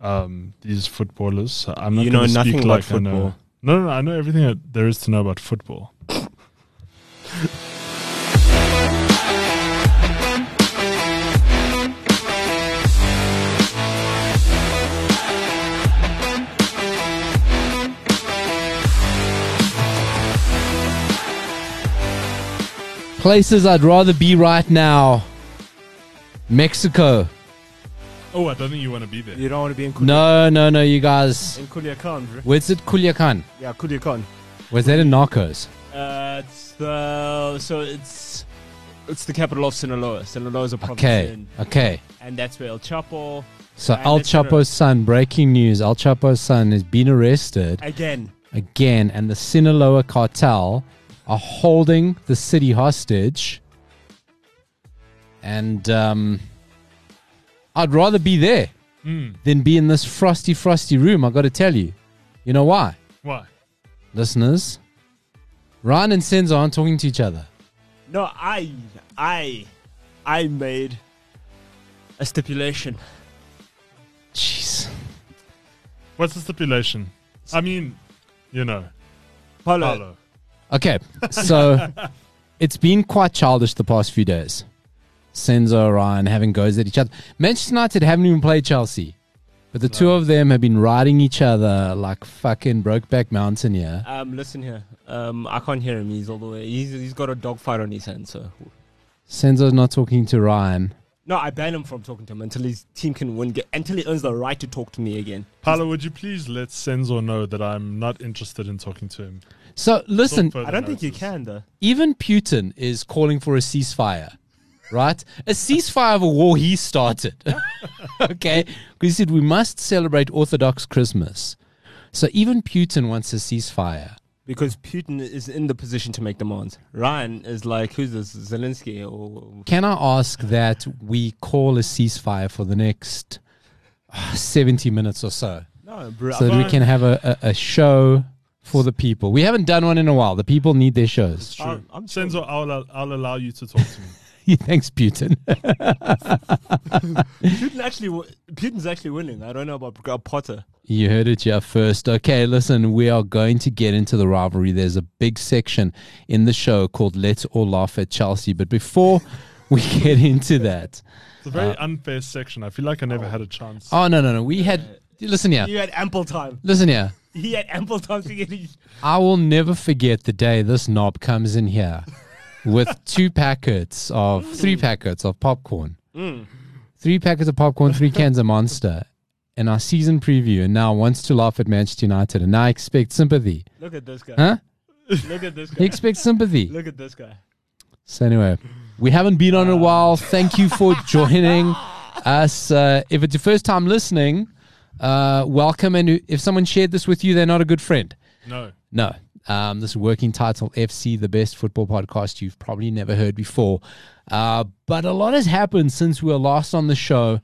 um, these footballers. I'm not You know gonna nothing speak about like I know- football. No, no, no, I know everything that there is to know about football. Places I'd rather be right now. Mexico. Oh, I don't think you want to be there. You don't want to be in Kul- No, no, no, you guys. in Culiacan, bro. Where's it Culiacan? Yeah, Culiacan. Was that in Narcos? Uh, it's the so it's it's the capital of Sinaloa. Sinaloa is a province, Okay, in- okay. and that's where El Chapo So And Al it's gonna- Chapo's son, breaking news, Al Chapo's son has been arrested again. again, and the Sinaloa cartel are holding the city hostage. And um, I'd rather be there Hmm. Mm, than be in this frosty, frosty room, I gotta tell you. You know why? why? Listeners, Ryan and Senzo aren't talking to each other. No, I I I made a stipulation. Jeez. What's the stipulation? I mean, you know, Paulo, Paolo. Okay, so it's been quite childish the past few days. Senzo, Ryan having goes at each other. Manchester United haven't even played Chelsea, but the two of them have been riding each other like fucking Brokeback Mountain here. Um, listen here. Um, I can't hear him. He's all the way. He's he's got a dog fight on his hands. So Senzo's not talking to Ryan. no, I ban him from talking to him until his team can win. Get, until he earns the right to talk to me again. Paolo, would you please let Senzo know that I'm not interested in talking to him? So Till listen, further I don't think you notice. can though. even Putin is calling for a ceasefire, right? a ceasefire of a war he started. okay? Because he said we must celebrate Orthodox Christmas. So even Putin wants a ceasefire. Because Putin is in the position to make demands. Ryan is like, who's this, Zelensky? Or Can I ask that we call a ceasefire for the next uh, 70 minutes or so no, bro. so that we can have a, a, a show for the people? We haven't done one in a while. The people need their shows. It's true. I'm- I'm sure. Senzo, I'll, I'll allow you to talk to me. Thanks, Putin. Putin actually, w- Putin's actually winning. I don't know about uh, Potter. You heard it here first. Okay, listen, we are going to get into the rivalry. There's a big section in the show called Let's All Laugh at Chelsea. But before we get into that, It's a very Uh, unfair section. I feel like I never had a chance. oh, no, no, no. We had, listen here, You had ample time. listen here. He had ample time to get. His- I will never forget the day this knob comes in here with two packets of three packets of popcorn, three packets of popcorn, three cans of Monster, and our season preview, and now wants to laugh at Manchester United, and I expect sympathy, Look at this guy. huh? Look at this He guy. expects sympathy. Look at this guy. So anyway, we haven't been on in a while. Thank you for joining us. Uh, if it's your first time listening, uh, welcome, and if someone shared this with you, they're not a good friend. no. No. Um, this is Working Title FC, the best football podcast you've probably never heard before. Uh, but a lot has happened since we were last on the show.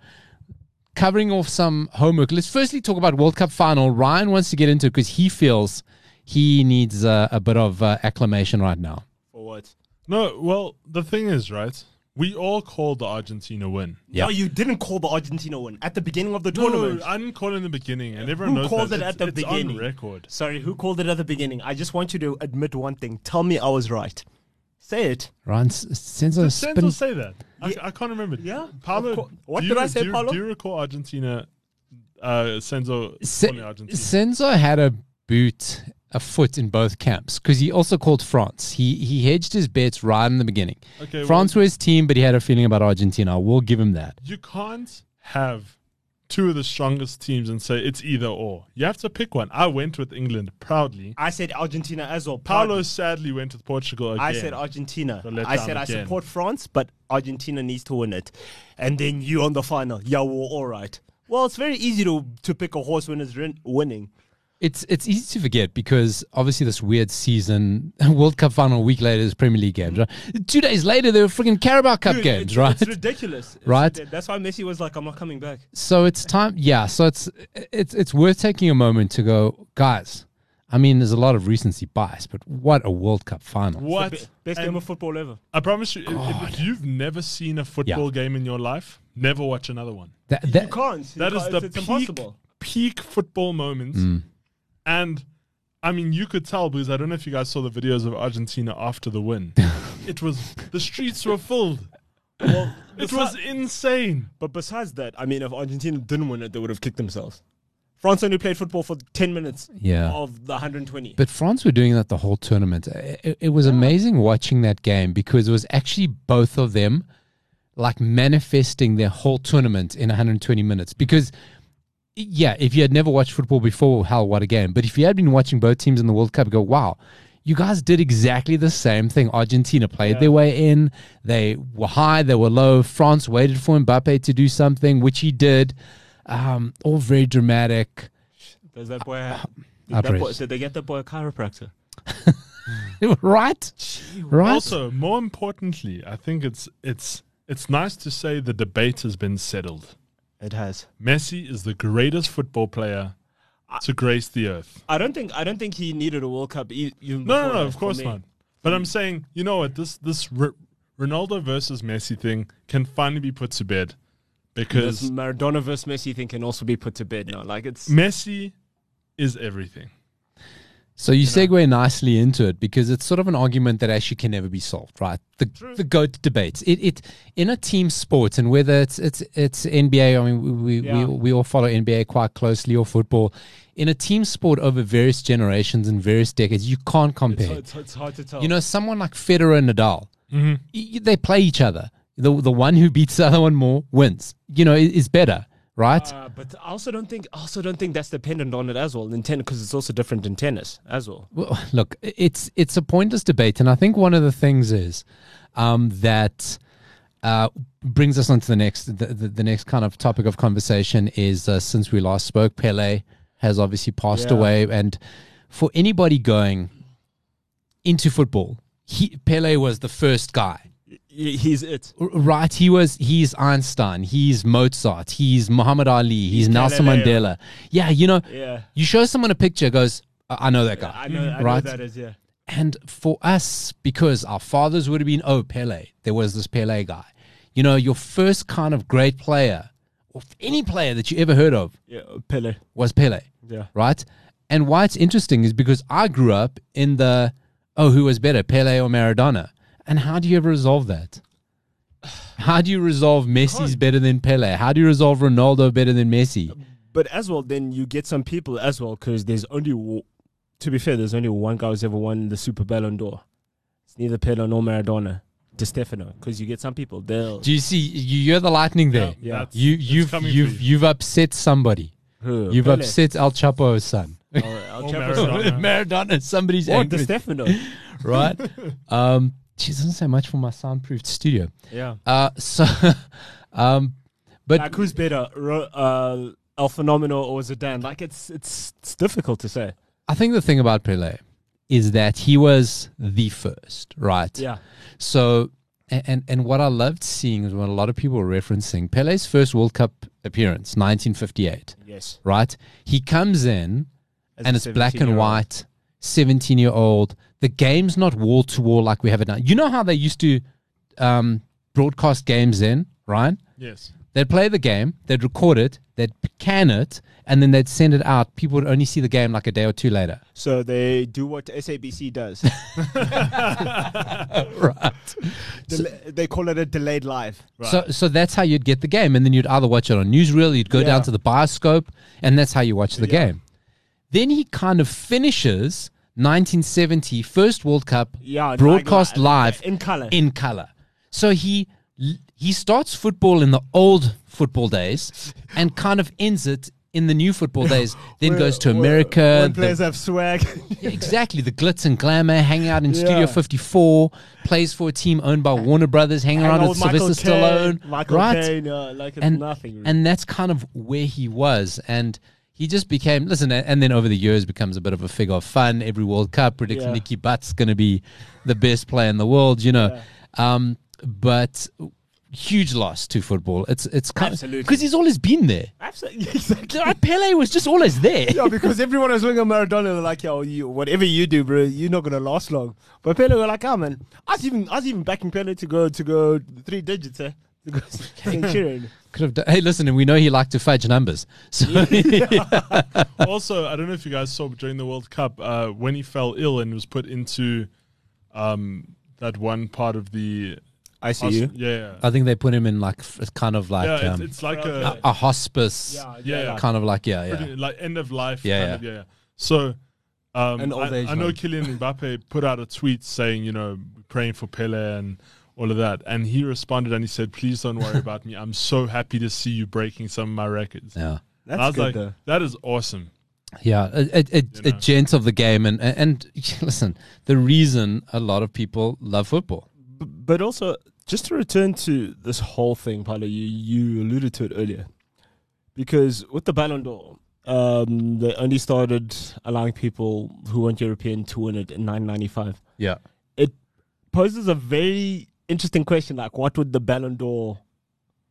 Covering off some homework, let's firstly talk about World Cup final. Ryan wants to get into it because he feels he needs uh, a bit of uh, acclamation right now. For what? No, well, the thing is, right? We all called the Argentina win. Yeah. No, you didn't call the Argentina one at the beginning of the No, tournament. I didn't call in the beginning, and everyone Who knows called that. it at It's- the it's beginning? on record. Sorry, who called it at the beginning? I just want you to admit one thing. Tell me I was right. Say it. Ryan s- sends a Did Senzo spin. say that? I, I can't remember. Yeah, Paolo, of cour- what do did you- I say, do you- Paolo? Do you recall Argentina? Uh, Senzo Se- calling Argentina. Senzo had a boot, a foot in both camps because he also called France. He he hedged his bets right in the beginning. Okay, well- France were his team, but he had a feeling about Argentina. We'll give him that. you can't have two of the strongest teams and say it's either or. You have to pick one. I went with England proudly. I said Argentina as well. Paulo Pardon. sadly went with Portugal again. I said Argentina. The letdown I said I again. support France, but Argentina needs to win it. And then you on the final. Yeah, we're all right. Well, it's very easy to, to pick a horse when it's rin- winning. It's it's easy to forget because obviously this weird season, World Cup final a week later is Premier League games, right? Mm-hmm. Two days later there were freaking Carabao Cup Dude, games, it's, right? It's ridiculous. It's Right. ridi- that's why Messi was like, I'm not coming back. so it's time, yeah. So it's it's it's worth taking a moment to go, guys. I mean, there's a lot of recency bias, but what a World Cup final! what? Be- best And game of football ever. I promise you, if- if, you've never seen a football game in your life, never watch another one. That, that, You can't. That you is can't, the it's, it's peak impossible. peak football moments. And I mean, you could tell because I don't know if you guys saw the videos of Argentina after the win. it was the streets were filled. Well, It was insane. But besides that, I mean, if Argentina didn't win it, they would have kicked themselves. France only played football for 10 minutes Yeah. of the 120. But France were doing that the whole tournament. It, it- it was amazing watching that game because it was actually both of them like manifesting their whole tournament in 120 minutes. Because, yeah, if you had never watched football before, hell, what a game. But if you had been watching both teams in the World Cup, go, wow, you guys did exactly the same thing. Argentina played their way in, they were high, they were low. France waited for Mbappe to do something, which he did. Um, all very dramatic. Does that boy, did, that outrage. boy did they get that boy a chiropractor? right? Right? Also, more importantly, I think it's it's it's nice to say the debate has been settled. It has. Messi is the greatest football player to grace the earth. I don't think I don't think he needed a World Cup. e- Even No, no, before no, that, of for course me. not. But I'm saying, you know what? This this R- Ronaldo versus Messi thing can finally be put to bed This because Maradona versus Messi thing can also be put to bed now. Like it's Messi is everything. So you, segue nicely into it because it's sort of an argument that actually can never be solved, right? The the goat debates. It it in a team sport and whether it's it's it's NBA. I mean, we Yeah. we, we all follow NBA quite closely or football. In a team sport over various generations and various decades, you can't it's, compare. it's, it's hard to tell. Mm-hmm. You know, someone like Federer and Nadal, y- y- they play each other. The the one who beats the other one more wins. You know, i- is better, right? Uh, but I also don't think I also don't think that's dependent on it as well in tennis because it's also different in tennis as well. Well, look, it's it's a pointless debate, and I think one of the things is um, that uh, brings us on to the next the, the, the next kind of topic of conversation is uh, since we last spoke, Pele has obviously passed Yeah. away, and for anybody going into football, he, Pele was the first guy. He- He's it. R- Right, he was. He's Einstein. He's Mozart. He's Muhammad Ali. He's, Nelson Galileo. Mandela. Yeah, you know, Yeah, you show someone a picture, goes, I I know that guy. I know. I Right. know that is yeah. And for us, because our fathers would have been, oh, Pele, there was this Pele guy. You know, your first kind of great player, or any player that you ever heard of, Yeah, Pele. was Pele, Yeah. right? And why it's interesting is because I grew up in the, oh, who was better, Pele or Maradona? And how do you ever resolve that? How do you resolve Messi's better than Pele? How do you resolve Ronaldo better than Messi? But as well, then you get some people as well because there's only, w- to be fair, there's only one guy who's ever won the Super Ballon d'Or. It's neither Pele nor Maradona, De Stefano. Because you get some people they'll Do you see? You, you're the lightning there. Yeah, that's- You it's you've coming for you've you. you've upset somebody. who, You've Pele, upset Al Chapo's son. or Al Oh, Chapo's Maradona. son, Maradona, somebody's or De angry, Stefano. right? um, geez, doesn't say much for my soundproofed studio. yeah. Uh, so, um, but Like who's better, Ro- uh, El Fenomeno or Zidane? Like it's it's it's difficult to say. I think the thing about Pele is that he was the first, right? Yeah. So, a- and and what I loved seeing is when a lot of people were referencing Pele's first World Cup appearance, 1958, Yes. right? He comes in. As and a it's black and 17-year-old. white, 17 year old. The game's not wall to wall like we have it now. You know how they used to um, broadcast games in, right? Yes. They'd play the game, they'd record it, they'd can it, and then they'd send it out. People would only see the game like a day or two later. So they do what SABC does. right. Del- they call it a delayed live. So, so that's how you'd get the game, and then you'd either watch it on Newsreel, you'd go Yeah. down to the Bioscope, and that's how you watch the Yeah. game. Then he kind of finishes 1970 first World Cup Yeah. like broadcast li- live in color. in color. So he he starts football in the old football days and kind of ends it in the new football days. Then Where- goes to where- America. When the- players have swag. exactly the glitz and glamour, hanging out in Studio Yeah. 54, plays for a team owned by Warner Brothers, hanging And around old with Sylvester Caine, Stallone, Michael right? Caine, yeah, like it's and nothing. Really. and that's kind of where he was and he just became listen a- and then over the years becomes a bit of a figure of fun every world cup predicts Yeah. nicky butt's going to be the best player in the world you know um, but huge loss to football it's it's kind Absolutely. because he's always been there Absolutely. Exactly. pele was just always there Yeah, because everyone is looking at Maradona they're like, yo, you, whatever you do, bro, you're not gonna last long. But Pele were like, ah man, I was even I was even backing Pele to go to go three digits, eh? because Centurion. Could have done, hey, listen, and we know he liked to fudge numbers. So also, I don't know if you guys saw but during the World Cup uh, when he fell ill and was put into um, that one part of the. I see Yeah, you. yeah. I think they put him in like f- kind of like yeah, um, it's, it's like uh, a a hospice, yeah, yeah. kind of like yeah, yeah. pretty- like end of life. Yeah, kind Of, yeah, yeah. So, um, An old I, age I know home. Kylian Mbappe put out a tweet saying, you know, praying for Pele and all of that, and he responded and he said, "Please don't worry about me. I'm so happy to see you breaking some of my records." yeah. And I That's was good like, though. "That is awesome." Yeah, a, a, a, You a know. gent of the game, and and- and listen, the reason a lot of people love football. B- But also, just to return to this whole thing, Paulo, you, you alluded to it earlier. Because with the Ballon d'Or, um, they only started allowing people who weren't European to win it in 995. Yeah, Poses a very interesting question like, what would the Ballon d'Or,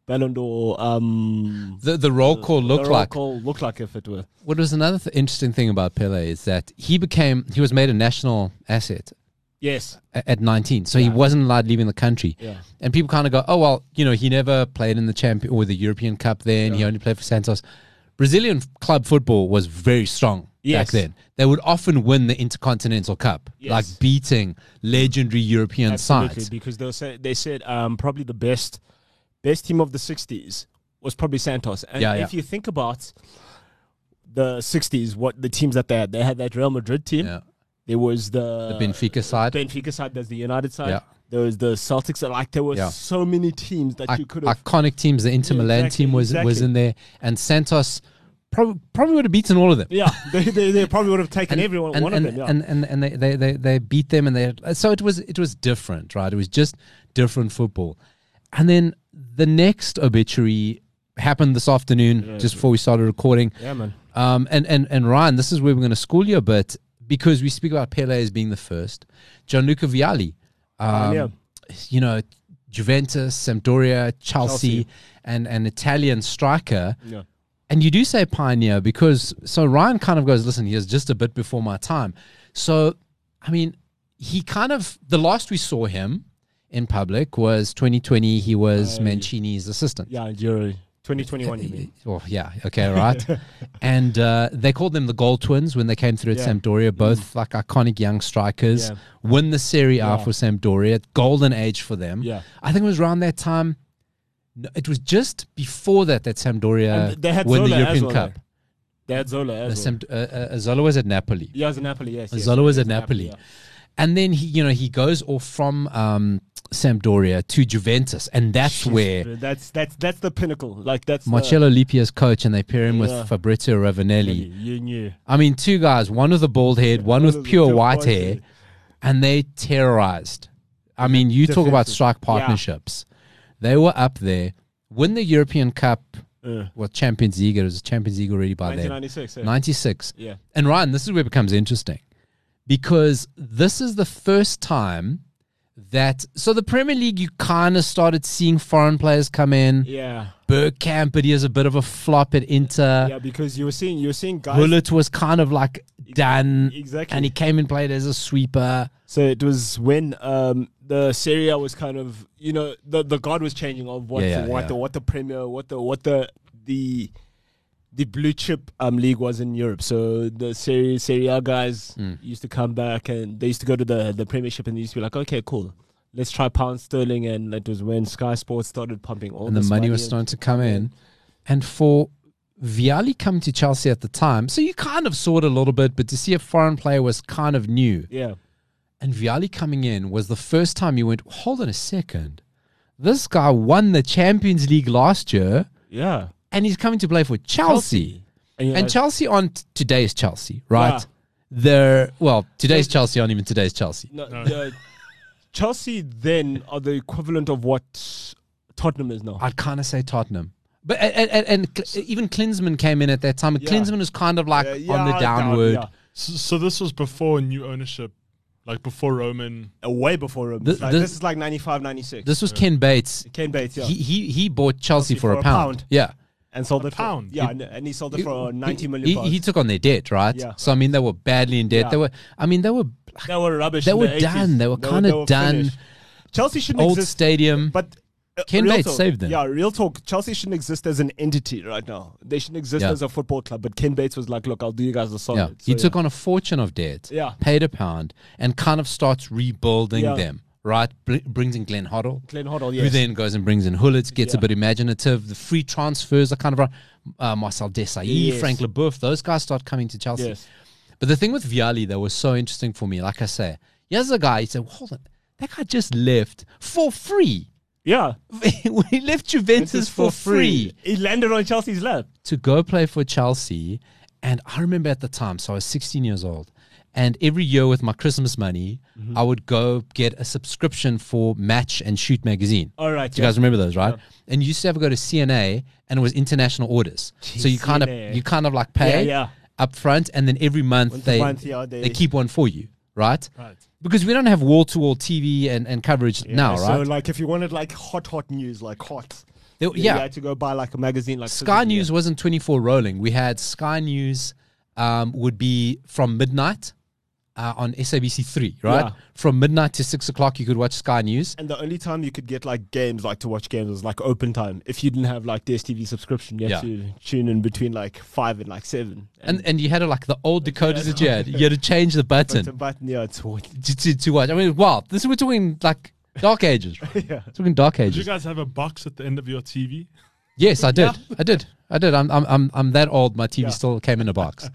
Ballon d'Or, um, the the roll call the looked roll like. call look like if it were? What was another th- interesting thing about Pele is that he became he was made a national asset Yes. a- at 19, so he Yeah. wasn't allowed leaving the country. Yeah. And people kind of go, oh well, you know, he never played in the champion or the European Cup. Then he Yeah. only played for Santos. Brazilian f- club football was very strong Yes. back then. They would often win the Intercontinental Cup, like Yes. beating legendary European Absolutely, sides. because they were say, they said um, probably the best best team of the '60s was probably Santos. And Yeah, if you think about the '60s, what the teams that they had, they had that Real Madrid team. Yeah. There was the, the Benfica side. Benfica side. There's the United side. Yeah. There was the Celtics. side, Like there were Yeah. so many teams that Ic- you could have. iconic teams. The Inter Yeah, Milan exactly, team was was exactly. in there, and Santos prob- probably would have beaten all of them. Yeah, they, they, they probably would have taken And everyone and, one and, of them. Yeah. and and and they, they, they, they beat them, and they so it was it was different, right? It was just different football. And then the next obituary happened this afternoon, just before we started recording. yeah, man. Um, and, and, and Ryan, this is where we're going to school you a bit because we speak about Pele as being the first. Gianluca Vialli, um, Oh, yeah. you know, Juventus, Sampdoria, Chelsea, Chelsea. and an Italian striker. Yeah. And you do say pioneer because so Ryan kind of goes, listen, he was just a bit before my time. So, I mean, he kind of, the last we saw him in public was 2020. He was Uh, Mancini's assistant. Yeah, Euro 2021. You mean? Oh yeah, okay, right. and uh, they called them the Gold Twins when they came through at Yeah. Mm. Sampdoria. Both like iconic young strikers. Yeah. Win the Serie Yeah. A for Sampdoria. Golden age for them. Yeah. I think it was around that time. no, It was just before that that Sampdoria And they had won the Zola as European well, Cup. They had Zola as Uh, well. Sampd- uh, uh, Zola was at Napoli. yeah, it was Napoli. Yes. yes, Zola yes, was it at Napoli. yeah. And then he, you know, he goes off from um, Sampdoria to Juventus, and that's Jeez, where bro, that's that's that's the pinnacle. Like that's the- Marcello Lippi is coach, and they pair him Yeah. with Fabrizio Ravanelli. You knew. I mean, two guys, one with a bald head, one with pure white hair, and they terrorized. I mean, you talk about Defensive. strike Yeah. partnerships. They were up there, win the European Cup, Uh, well, Champions League. It was Champions League already by then. 1996. Yeah. 96. yeah. And Ryan, this is where it becomes interesting because this is the first time that. So the Premier League, you kind of started seeing foreign players come in. Yeah. Bergkamp, but he is a bit of a flop at Inter. Yeah, because you were seeing you were seeing guys Bullet was kind of like done exactly. and he came and played as a sweeper. so it was when um the Serie A was kind of you know the the god was changing of what Yeah, yeah, the, what yeah. the what the Premier what the what the the the blue chip um league was in Europe. So the Serie Serie A guys Hmm. used to come back and they used to go to the the Premiership and they used to be like, okay, cool. Let's try pound sterling, and that was when Sky Sports started pumping all and the this money was in. starting to come in. And for Vialli come to Chelsea at the time, so you kind of saw it a little bit, but to see a foreign player was kind of new. Yeah, And Vialli coming in was the first time you went, hold on a second. This guy won the Champions League last year yeah. and he's coming to play for Chelsea. And, And Chelsea aren't today's Chelsea, right? Yeah. They're well, today's Chelsea aren't even today's Chelsea. no, the- Chelsea then are the equivalent of what Tottenham is now. I'd kind of say Tottenham. But and, and, and Cl- even Klinsman came in at that time. Yeah. Klinsman was kind of like on the downward. Yeah. So, so this was before new ownership, like before Roman. Uh, Way before him. Th- like, th- this is like 95, 96. This was Ken Bates. Ken Bates, yeah. He, he he bought Chelsea, for, a pound. Yeah, and sold it pound. For, yeah, and, and he sold it for 90 million He, pounds. he took on their debt, right? Yeah. So I mean, they were badly in debt. Yeah. They were. I mean, they were they were rubbish. they in were the 80s. done. They were kinda they were done. finished. Chelsea shouldn't old exist. stadium. But uh, Ken real Bates talk- saved them. Yeah, real talk. Chelsea shouldn't exist as an entity right now. They shouldn't exist Yeah. as a football club. But Ken Bates was like, "Look, I'll do you guys a solid." Yeah. So, he yeah. took on a fortune of debt, Yeah. paid a pound, and kind of starts rebuilding Yeah. them, right? Br- brings in Glenn Hoddle, Glenn Hoddle, who yes. then goes and brings in Hullets, gets a Yeah. bit imaginative. The free transfers are kind of uh, Marcel Desailly, Yes. Frank LeBoeuf. Those guys start coming to Chelsea. Yes. But the thing with Vialli that was so interesting for me, like I say, here's a guy, he said, hold on, that guy just left for free. Yeah, he left Juventus for free He landed on Chelsea's lap. to go play for Chelsea. And I remember at the time, so I was 16 years old. And every year with my Christmas money, Mm-hmm. I would go get a subscription for Match and Shoot magazine. All Oh, right, Do you yeah. guys remember those, right? And you used to have to go to CNA and it was international orders. so you kind CNA. of you kind of like pay Yeah, yeah. up front and then every month Once a they, month, yeah, they they- keep one for you, right? Right. Because we don't have wall to wall TV and, and coverage now, so right? like, if you wanted like hot, hot news, like hot, They- then you had to go buy like a magazine, like Sky physically, News wasn't 24 rolling. We had Sky News um, would be from midnight uh, on SABC3, right? Yeah. From midnight to 6 o'clock, you could watch Sky News. And the only time you could get like games, like to watch games, was like open time. If you didn't have like the STV subscription, you had to tune in between like five and like seven. And, and you had to, like the old decoders that you had. You had to change the but um, button button, yeah, it's what. to, to, to watch. I mean, wow, this we're talking like dark ages. right? Yeah. Talking dark Did you ages. guys have a box at the end of your TV? Yes, I did. I did. I did. I'm, I'm, I'm, I'm that old. My TV Yeah. still came in a box.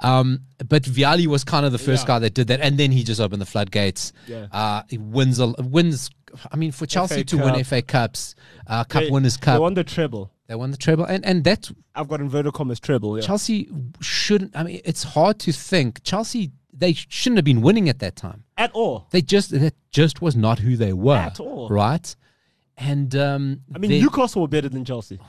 Um, but Viali was kind of the first Yeah. guy that did that, and then he just opened the floodgates. Yeah. Uh, he wins. A, wins. I mean, for Chelsea to win Cup. FA Cups, uh, Cup They- Winners' Cup, They won the treble. the treble, and and that I've got inverted commas treble. Yeah. Chelsea shouldn't. I mean, it's hard to think Chelsea. They shouldn't have been winning at that time. At all. They just that just was not who they were At all. right? And um, I mean, they- Newcastle were better than Chelsea,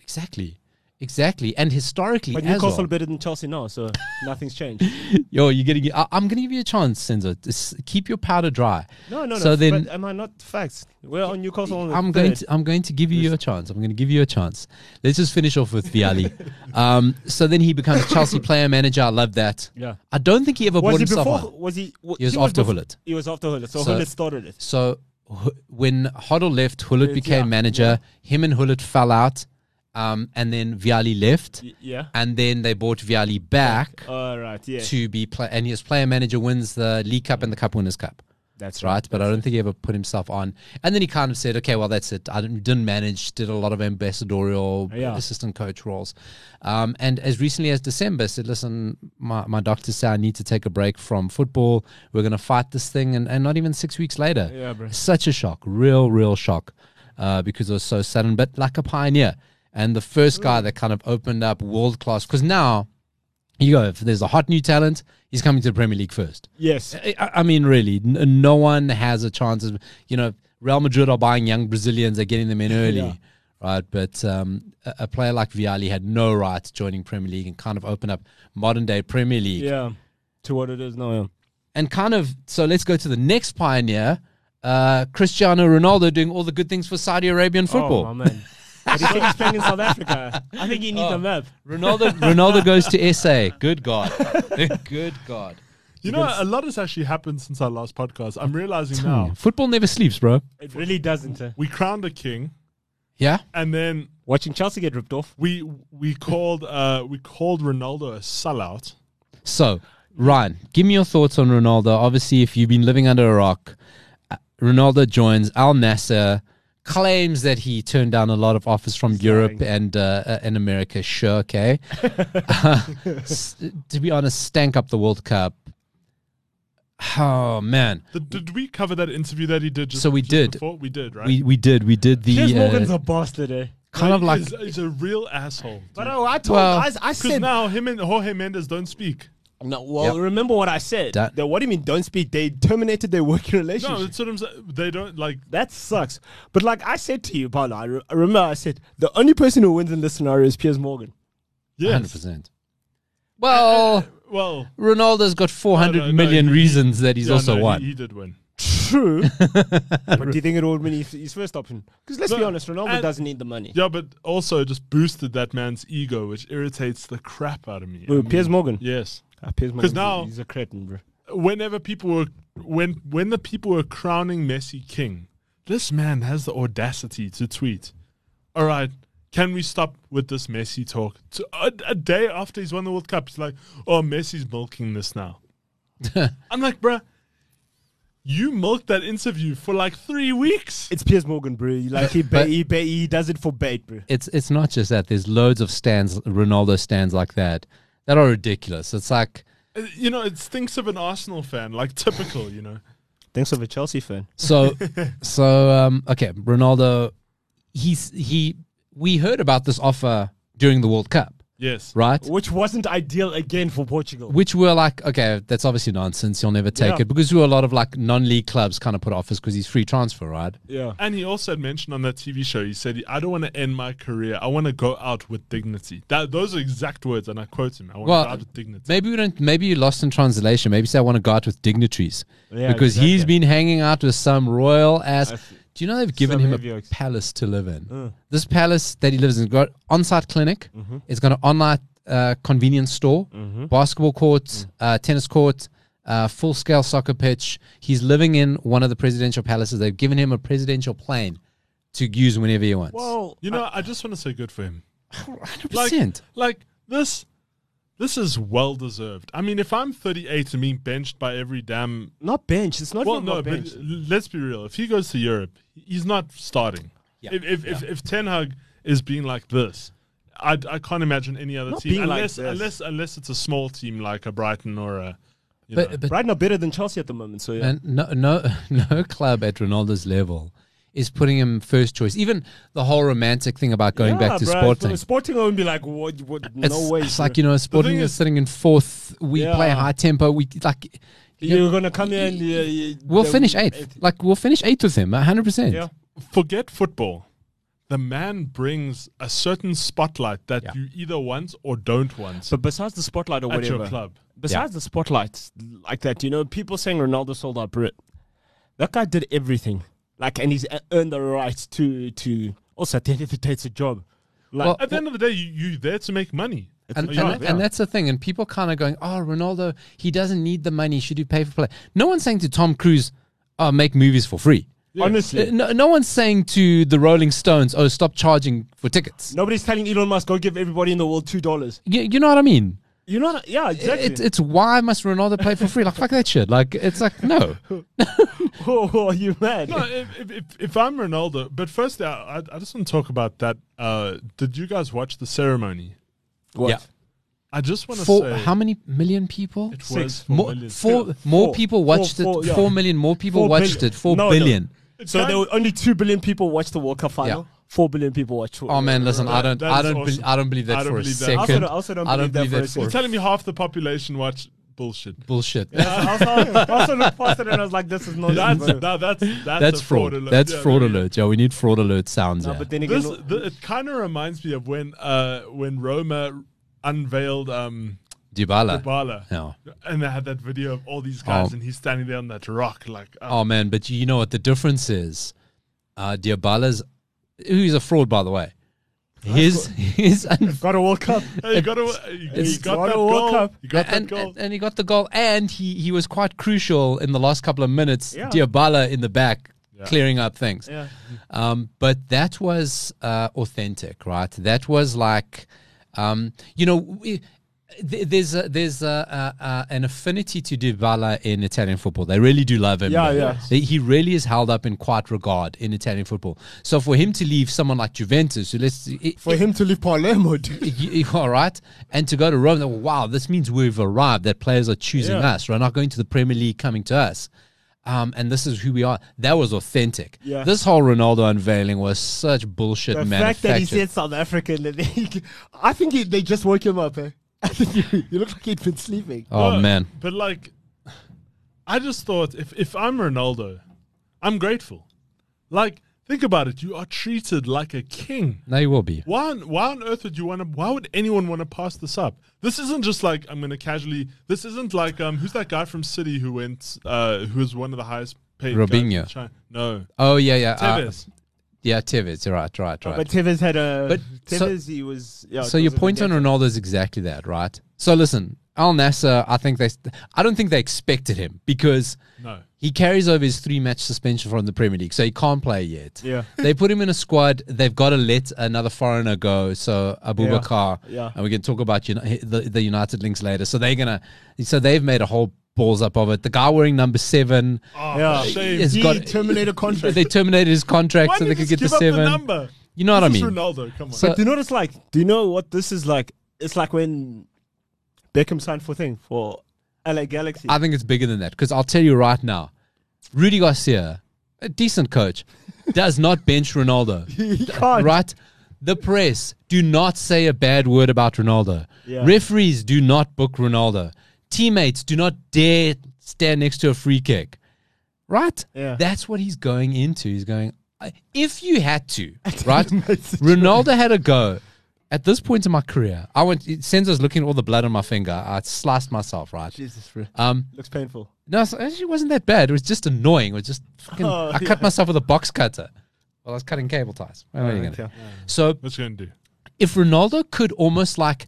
exactly, exactly, and historically, but as Newcastle well. are better than Chelsea now, so nothing's changed. Yo, you're getting. I, I'm gonna give you a chance, Senzo. Just keep your powder dry. No, no, no. So f- then- but am I not facts? We're on Newcastle. On the I'm going third. to. I'm going to give you a chance. I'm going to give you a chance. Let's just finish off with Viali. um, so then he becomes Chelsea player manager. I love that. Yeah. I don't think he ever Was he bought himself before? on. Was he? wa- He was was after bef- Hullet. He was after Hullet. So, So- Hullet started it. So Hu- when Hoddle left, Hullet Yeah, yeah. became manager. Him and Hullet fell out, um, and then Viali left, Y- yeah. and then they bought Viali back All right. Yeah. to be play. And his player manager wins the League Cup and the Cup Winners' Cup. That's right? But I don't think he ever put himself on. And then he kind of said, okay, well, that's it. I didn't, didn't manage, did a lot of ambassadorial Yeah. assistant coach roles. Um, and as recently as December, said, listen, my, my doctor said I need to take a break from football. We're going to fight this thing. And, and not even six weeks later. Yeah, bro. Such a shock, real, real shock uh, because it was so sudden, but like a pioneer. And the first guy that kind of opened up world class, because now, you go, if there's a hot new talent, he's coming to the Premier League first. Yes. I, I- I mean, really, n- no one has a chance. Of, you know, Real Madrid are buying young Brazilians; they're getting them in early, Yeah. right? But um, a, a player like Viali had no right joining Premier League and kind of open up modern day Premier League Yeah. To what it is now. Oh, Yeah. and kind of. So let's go to the next pioneer, uh, Cristiano Ronaldo, doing all the good things for Saudi Arabian football. Oh, my man. But he said he's playing in South Africa. I think he needs Oh. a map. Ronaldo, Ronaldo goes to SA. Good God, good God. You know, a lot has actually happened since our last podcast. I'm realizing Hmm. now Football never sleeps, bro. It really doesn't. uh. we crowned a king, Yeah, and then Watching Chelsea get ripped off. we we called uh, we called Ronaldo a sellout. So, Ryan, give me your thoughts on Ronaldo. Obviously, if you've been living under a rock, uh, Ronaldo joins Al Nasser, claims that he turned down a lot of offers from Europe and uh, uh, and America. Sure, okay. Uh, S- to be honest, stank up the World Cup. Oh man, Did, did we cover that interview that he did? Just, So we just did. Before? We did, right? we we did we did the Piers Morgan's uh, a bastard, eh? kind of He like is- he's, a real asshole. But oh, I told Well- I, I Because said now him and Jorge Mendes don't speak. no. Well, Yep. remember what I said. That- That, what do you mean? Don't speak. They terminated their working relationship. No, that's what I'm saying. They don't like. That sucks. But like I said to you, Paolo, I, re- I remember I said the only person who wins in this scenario is Piers Morgan. Yes. hundred percent. Oh. Well, Well, Ronaldo's got four hundred no, million no, he- reasons that he's yeah, also no, he- won. He, did win. True. but do you think it would win his, his first option? Because let's be No, honest, Ronaldo and- doesn't need the money. Yeah, but also just boosted that man's ego, which irritates the crap out of me. Who, Piers Morgan. Yes. Ah, Piers Morgan's a- now- he's a cretin, bro. Whenever people were when when the people were crowning Messi king, This man has the audacity to tweet, all right, can we stop with this Messi talk? To, a, a day after he's won the World Cup, he's like, oh, Messi's milking this now. I'm like, bruh, you milked that interview for like three weeks. It's Piers Morgan, bro. Like he, ba- But- he, ba- he does it for bait, bro. it's it's not just that. There's loads of stands, Ronaldo stands like that, that are ridiculous. It's like Uh, You know, it stinks of an Arsenal fan, like typical, you know. Thanks for the Chelsea fan. so so. Um, okay, Ronaldo, he's he. We heard about this offer during the World Cup, Yes. right? Which wasn't ideal again for Portugal. Which were like, okay, that's obviously nonsense. You'll never take Yeah. it because there were a lot of like non-league clubs kind of put offers because he's free transfer, right? Yeah. And he also had mentioned on that TV show, he said, I don't want to end my career. I want to go out with dignity. That Those are exact words, and I quote him. I want Well, to go out with dignity. Maybe we don't. Maybe you lost in translation. Maybe say I want to go out with dignitaries Yeah, because he's exactly. been hanging out with some royal ass. I see. Do you know they've given Some him a heavy oaks. palace to live in? Uh. This palace that he lives in has got on-site clinic. Mm-hmm. It's got an online uh, convenience store, basketball court, Mm. uh, tennis court, uh, full-scale soccer pitch. He's living in one of the presidential palaces. They've given him a presidential plane to use whenever he wants. Well, uh, You know, I, just want to say good for him. hundred Like, percent. like this, this is well deserved. I mean, if I'm 38 and being benched by every damn. not bench. It's not Well, even no, about bench. but let's be real. If he goes to Europe, he's not starting. Yeah. If, if, if, if Ten Hag is being like this, I, I can't imagine any other Not team being like unless this. unless unless it's a small team like a Brighton or a. You know. But, but Right now, better than Chelsea at the moment. So yeah, And no, no, no club at Ronaldo's level is putting him first choice. Even the whole romantic thing about going Yeah, back to bruh, Sporting. Sporting, I would be like, what? what It's, no way. it's bro. like you know, Sporting is, is- sitting in fourth. We Yeah. play high tempo. We like you're gonna come here and uh, you- we'll the- finish eighth. Like we'll finish eighth with him, hundred percent. Yeah. forget football. The man brings a certain spotlight that Yeah. you either want or don't want But besides the spotlight or at whatever, your club. besides the spotlight like that, you know, people saying Ronaldo sold out Brit. That guy did everything. Like, and he's uh, earned the right to to. Also, at the end of the day, it's a job. Like, Well, At the end of the day, you, you're there to make money. And, Yeah, and, yeah. and that's the thing. And people kind of going, oh, Ronaldo, he doesn't need the money. Should he pay for play? No one's saying to Tom Cruise, oh, make movies for free. honestly, Uh, No, no one's saying to the Rolling Stones, oh, stop charging for tickets. nobody's telling Elon Musk go give everybody in the world two dollars. You, you know what I mean? You know, what I- yeah, exactly. It's it's why must Ronaldo play for free? Like fuck that shit. Like it's like no. oh, oh, you mad? No, if, if, if, if I'm Ronaldo, but first, I, I- I just want to talk about that. Uh, did you guys watch the ceremony? What? Yeah. I just want to Four say how many million people? it Six. was four More, million. four, more Four. people watched Four, four, it. yeah. Four million more people Four watched billion. it. Four No, no. billion. So there were only two billion people watch the World Cup final. Yeah. Four billion people watch. Oh man, listen, That- I don't, that I is don't, awesome. be, I don't believe that I don't for a believe that. second. I also don't- I also don't believe that for a You're for telling me half the population watched bullshit. bullshit. I also, I also looked past it and I was like, "This is not." That's no, that, that's that's, That's a fraud. alert. That's Yeah, fraud there you go. alert, Joe. We need fraud alert sounds. yeah. but then again, This no- the, it kind of reminds me of when uh when Roma unveiled um Dybala. Dybala, Yeah. and they had that video of all these guys, Oh. and he's standing there on that rock like. Uh, Oh man, but you know what the difference is? Uh, Dybala's, who's a fraud by the way. His his un- got a World Cup. hey, you got to you, it's- you got Got that a World goal. Cup. You got that and, goal. and, and he got the goal, and he, he was quite crucial in the last couple of minutes. Yeah. Diabala in the back, clearing up things. Yeah. Um, but that was uh, authentic, right? That was like, um, you know, we, th- there's a, there's a, a, a, an affinity to Dybala in Italian football. They really do love him. Yeah, man. yeah. They- He really is held up in quite regard in Italian football. So for him to leave someone like Juventus, who let's For him to leave Palermo, dude. Y- y- all right, and to go to Rome, then, wow, this means we've arrived. That players are choosing Yeah. us, right? Not going to the Premier League, coming to us, um, and this is who we are. That was authentic. Yeah. This whole Ronaldo unveiling was such bullshit. The fact manufactured. that he said South African, and he, I think he, they just woke him up. Eh? I think he, he looked like he'd been sleeping. "Oh No, man, But like, I just thought if if I'm Ronaldo, I'm grateful. Like, think about it. You are treated like a king. no, he will be." Why on, why on earth would you want to? Why would anyone want to pass this up? This isn't just like I'm going to casually. This isn't like um who's that guy from City who went uh who was one of the highest paid guys in Robinho. China? No, Oh yeah, yeah, uh, Tevez. yeah, Tevez. you're Right, right, right. But Tevez had a. But Tevez, he was. Yeah, so it your was a point on vendetta. Ronaldo is exactly that, right? So listen, Al Nasser, I think they, I don't think they expected him because No. he carries over his three match suspension from the Premier League, so he can't play yet. Yeah. They put him in a squad. They've got to let another foreigner go. So Abubakar, Yeah. and we can talk about uni- the, the United links later. So they're gonna, so they've made a whole balls up of it. The guy wearing number seven, Oh, Yeah. shame. It's he got- terminated contract. they terminated his contract Why so didn't they you could just get the give up The seven. Uh, number? you know what I This is mean? Ronaldo, come on. So- But do you know what it's like? Do you know what this is like? It's like when Beckham signed for thing for LA Galaxy. I think it's bigger than that because I'll tell you right now, Rudy Garcia, a decent coach, does not bench Ronaldo. he can't. Right? The press do not say a bad word about Ronaldo. Yeah. Referees do not book Ronaldo. Teammates do not dare stand next to a free kick. Right? Yeah. That's what he's going into. He's going, "I- if you had to, right? Ronaldo had a go. At this point in my career, I went, Senzo's looking at all the blood on my finger. I sliced myself, right? Jesus, bro. Um, looks painful. no, it's- actually, it wasn't that bad. It was just annoying. It was just fucking. Oh, I cut myself with a box cutter while I was cutting cable ties. What are you gonna- Oh, Okay. So What's he going to do? if Ronaldo could almost like,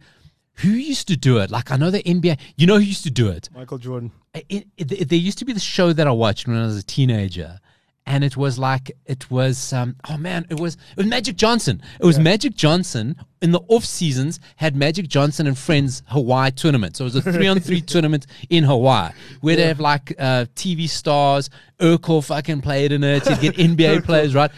who used to do it? Like I know the NBA. You know who used to do it? Michael Jordan. it, it there used to be the show that I watched when I was a teenager, and it was like it was um, oh man, it was it was Magic Johnson. It was Magic Johnson in the off seasons had Magic Johnson and friends Hawaii tournament. So it was a three on three tournament in Hawaii where they have like uh, TV stars. Urkel fucking played in it. You get NBA players right.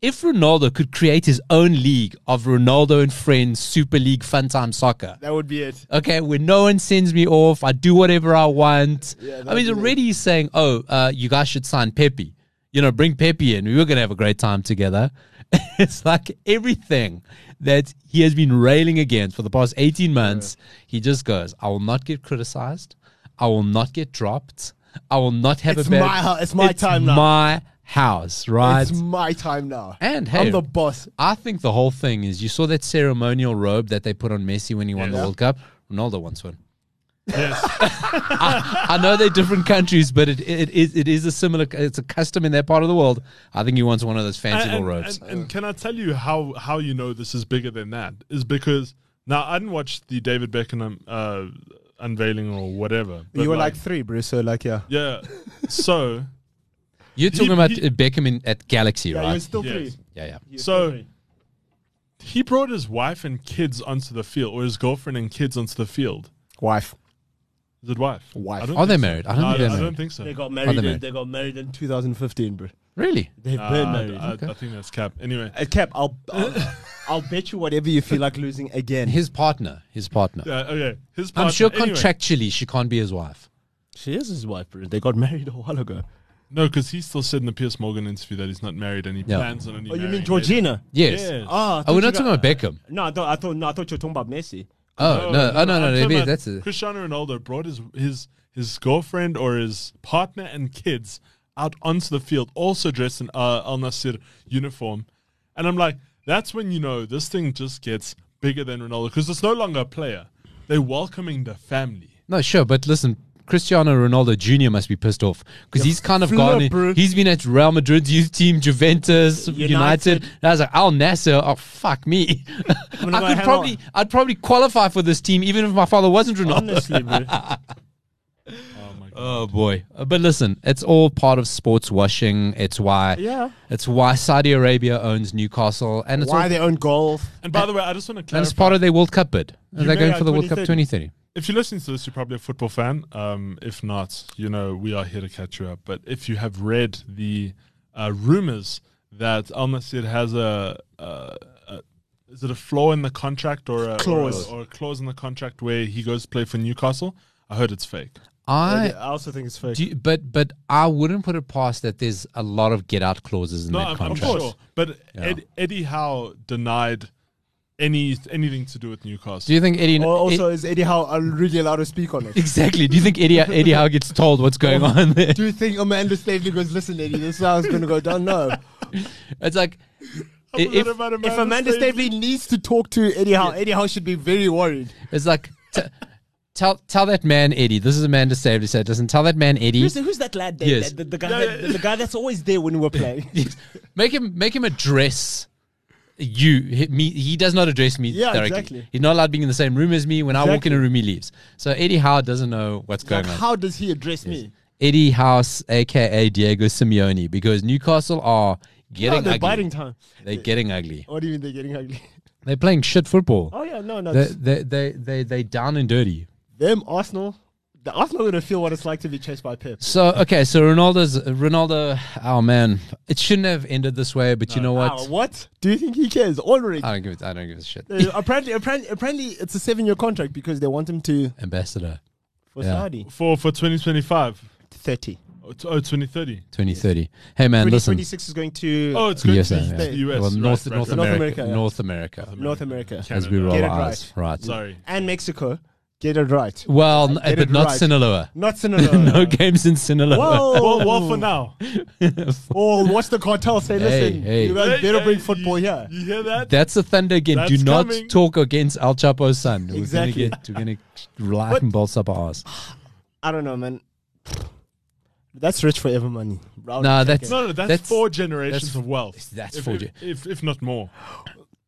If Ronaldo could create his own league of Ronaldo and friends Super League Fun Time Soccer, That would be it. okay, when no one sends me off, I do whatever I want. Yeah, I mean, that'd be already he's saying, oh, uh, you guys should sign Pepe. You know, bring Pepe in. We were going to have a great time together. it's like everything that he has been railing against for the past 18 months, he just goes, I will not get criticized. I will not get dropped. I will not have It's a bad. my hou- it's my time now." my house, right? It's my time now. And hey, I'm the boss. I think the whole thing is you saw that ceremonial robe that they put on Messi when he won the Yeah. World Cup. Ronaldo once won. Yes. I know they're different countries, but it, it is it is a similar. It's a custom in that part of the world. I think he wants one of those fancy and, little and, robes. and- and can I tell you how, how you know this is bigger than that? Is because now I didn't watch the David Beckham uh, unveiling or whatever. but you were like, three, bro. So like, yeah. yeah. So, You're talking he- about he- uh, Beckham in, at Galaxy, Yeah, right? you're still Yes. three. yeah, yeah. You're So- still three. he brought his wife and kids onto the field, or his girlfriend and kids onto the field. wife. Is it wife? Wife. I don't Are they think so. married? I don't No, think they're I married. don't think so. They got married. married? in, they got married in 2015, bro. Really? They've Nah, been I- married. Uh, Ah, I, Okay. I think that's cap. Anyway, Uh, Cap, I'll, I'll, I'll bet you whatever you feel like losing again. His partner, his partner. uh, okay. His I'm partner- sure anyway. contractually she can't be his wife. she is his wife, bro. They got married a while ago. No, because he still said in the Piers Morgan interview that he's not married and he Yeah. plans on. only Oh, you mean marrying Georgina? Yes. Yes. Ah, I Oh, thought we're you not got- talking about Beckham. No, I thought, I thought, no, I thought you were talking about Messi. Oh no, oh no, I'm no, no. talking maybe about That's a, Cristiano Ronaldo brought his his his girlfriend or his partner and kids out onto the field, also dressed in uh, Al Nasir uniform, and I'm like, that's when you know this thing just gets bigger than Ronaldo because it's no longer a player; they're welcoming the family. No, sure, but listen, Cristiano Ronaldo Jr. must be pissed off because he's kind of flip, gone. in- bro. he's been at Real Madrid's youth team, Juventus, United. United. And I was like, Al Nasser. Oh fuck me! gonna go I could hang probably, on. Um, I'd probably qualify for this team even if my father wasn't Ronaldo. Honestly, bro. Oh my god! Oh boy! Uh, But listen, it's all part of sports washing. It's why, Yeah. it's why Saudi Arabia owns Newcastle, and it's Why all, they own golf? And by the way, I just want to and it's clarify: part of their World Cup bid. You They're may going like for the World Cup 2030. 2030. if you're listening to this, you're probably a football fan. Um, if not, you know we are here to catch you up. But if you have read the uh, rumors that Al Nasir has a, a, a is it a flaw in the contract or a Clause. or a, or a clause in the contract where he goes to play for Newcastle? I heard it's fake. I I also think it's fake. Do you, but but I wouldn't put it past that there's a lot of get out clauses in No, that I'm, I'm contract. sure. But Yeah. Ed, Eddie Howe denied any anything to do with Newcastle. Do you think Eddie? Or also, Ed- is Eddie Howe uh, really allowed to speak on it? exactly. Do you think Eddie Eddie Howe gets told what's going on there? Do you think Amanda Staveley goes, listen, Eddie, this is how it's going to go down? No. It's like I forgot if, about if Amanda Staveley. Staveley needs to talk to Eddie Howe, Eddie Howe should be very worried. it's like t- tell tell that man Eddie. This is Amanda Staveley said. Listen, tell that man Eddie. Who's, who's that lad? That, Yes. that- the, the guy that- the guy that's always there when we're playing. Yes. make him make him a dress you he, me he does not address me Yeah, directly. exactly. He's not allowed being in the same room as me. When I walk in a Exactly. room, he leaves. So Eddie Howe doesn't know what's Like, going on. how does he address me? Eddie House, aka Diego Simeone, because Newcastle are No, getting they're ugly. biting time. They're getting ugly. What do you mean they're getting ugly? They're playing shit football. Oh yeah, no, no. They it's- they they they they down and dirty. them Arsenal, the Arsenal gonna feel what it's like to be chased by Pep. So okay, so Ronaldo's Ronaldo. Oh man, it shouldn't have ended this way. But you know what? Ah. Ah, what? Do you think he cares? Honoring. I don't give a, I don't give a shit. Uh, apparently, apparently, apparently, it's a seven-year contract because they want him to Ambassador, for Yeah. Saudi for for 2025. thirty. Oh, t- oh, 2030. twenty thirty. Hey man, Twenty listen. twenty-six is going to Oh, it's going Yes, to yeah, be US. right, yeah. Well, North, right, North, right. North America, America, yeah. North America, North America as we Canada. roll Get it our eyes, right? Sorry. and Mexico. Get it right. Well, n- Get but it not right. Sinaloa. Not Sinaloa. no games in Sinaloa. Whoa. Well, well, for now. Or what's the cartel say? Hey, Listen, hey. you guys Hey, better hey, bring you- football here. You hear that? That's the thunder again. Do That's not coming. talk against Al Chapo's son. We're Exactly. gonna get we're gonna laugh What? and balls up our ass. I don't know, man. That's rich forever money. I'll No, check that's- it. No, no, that's, That's- four generations that's- of wealth. that's if, four if, gen- if, if not more.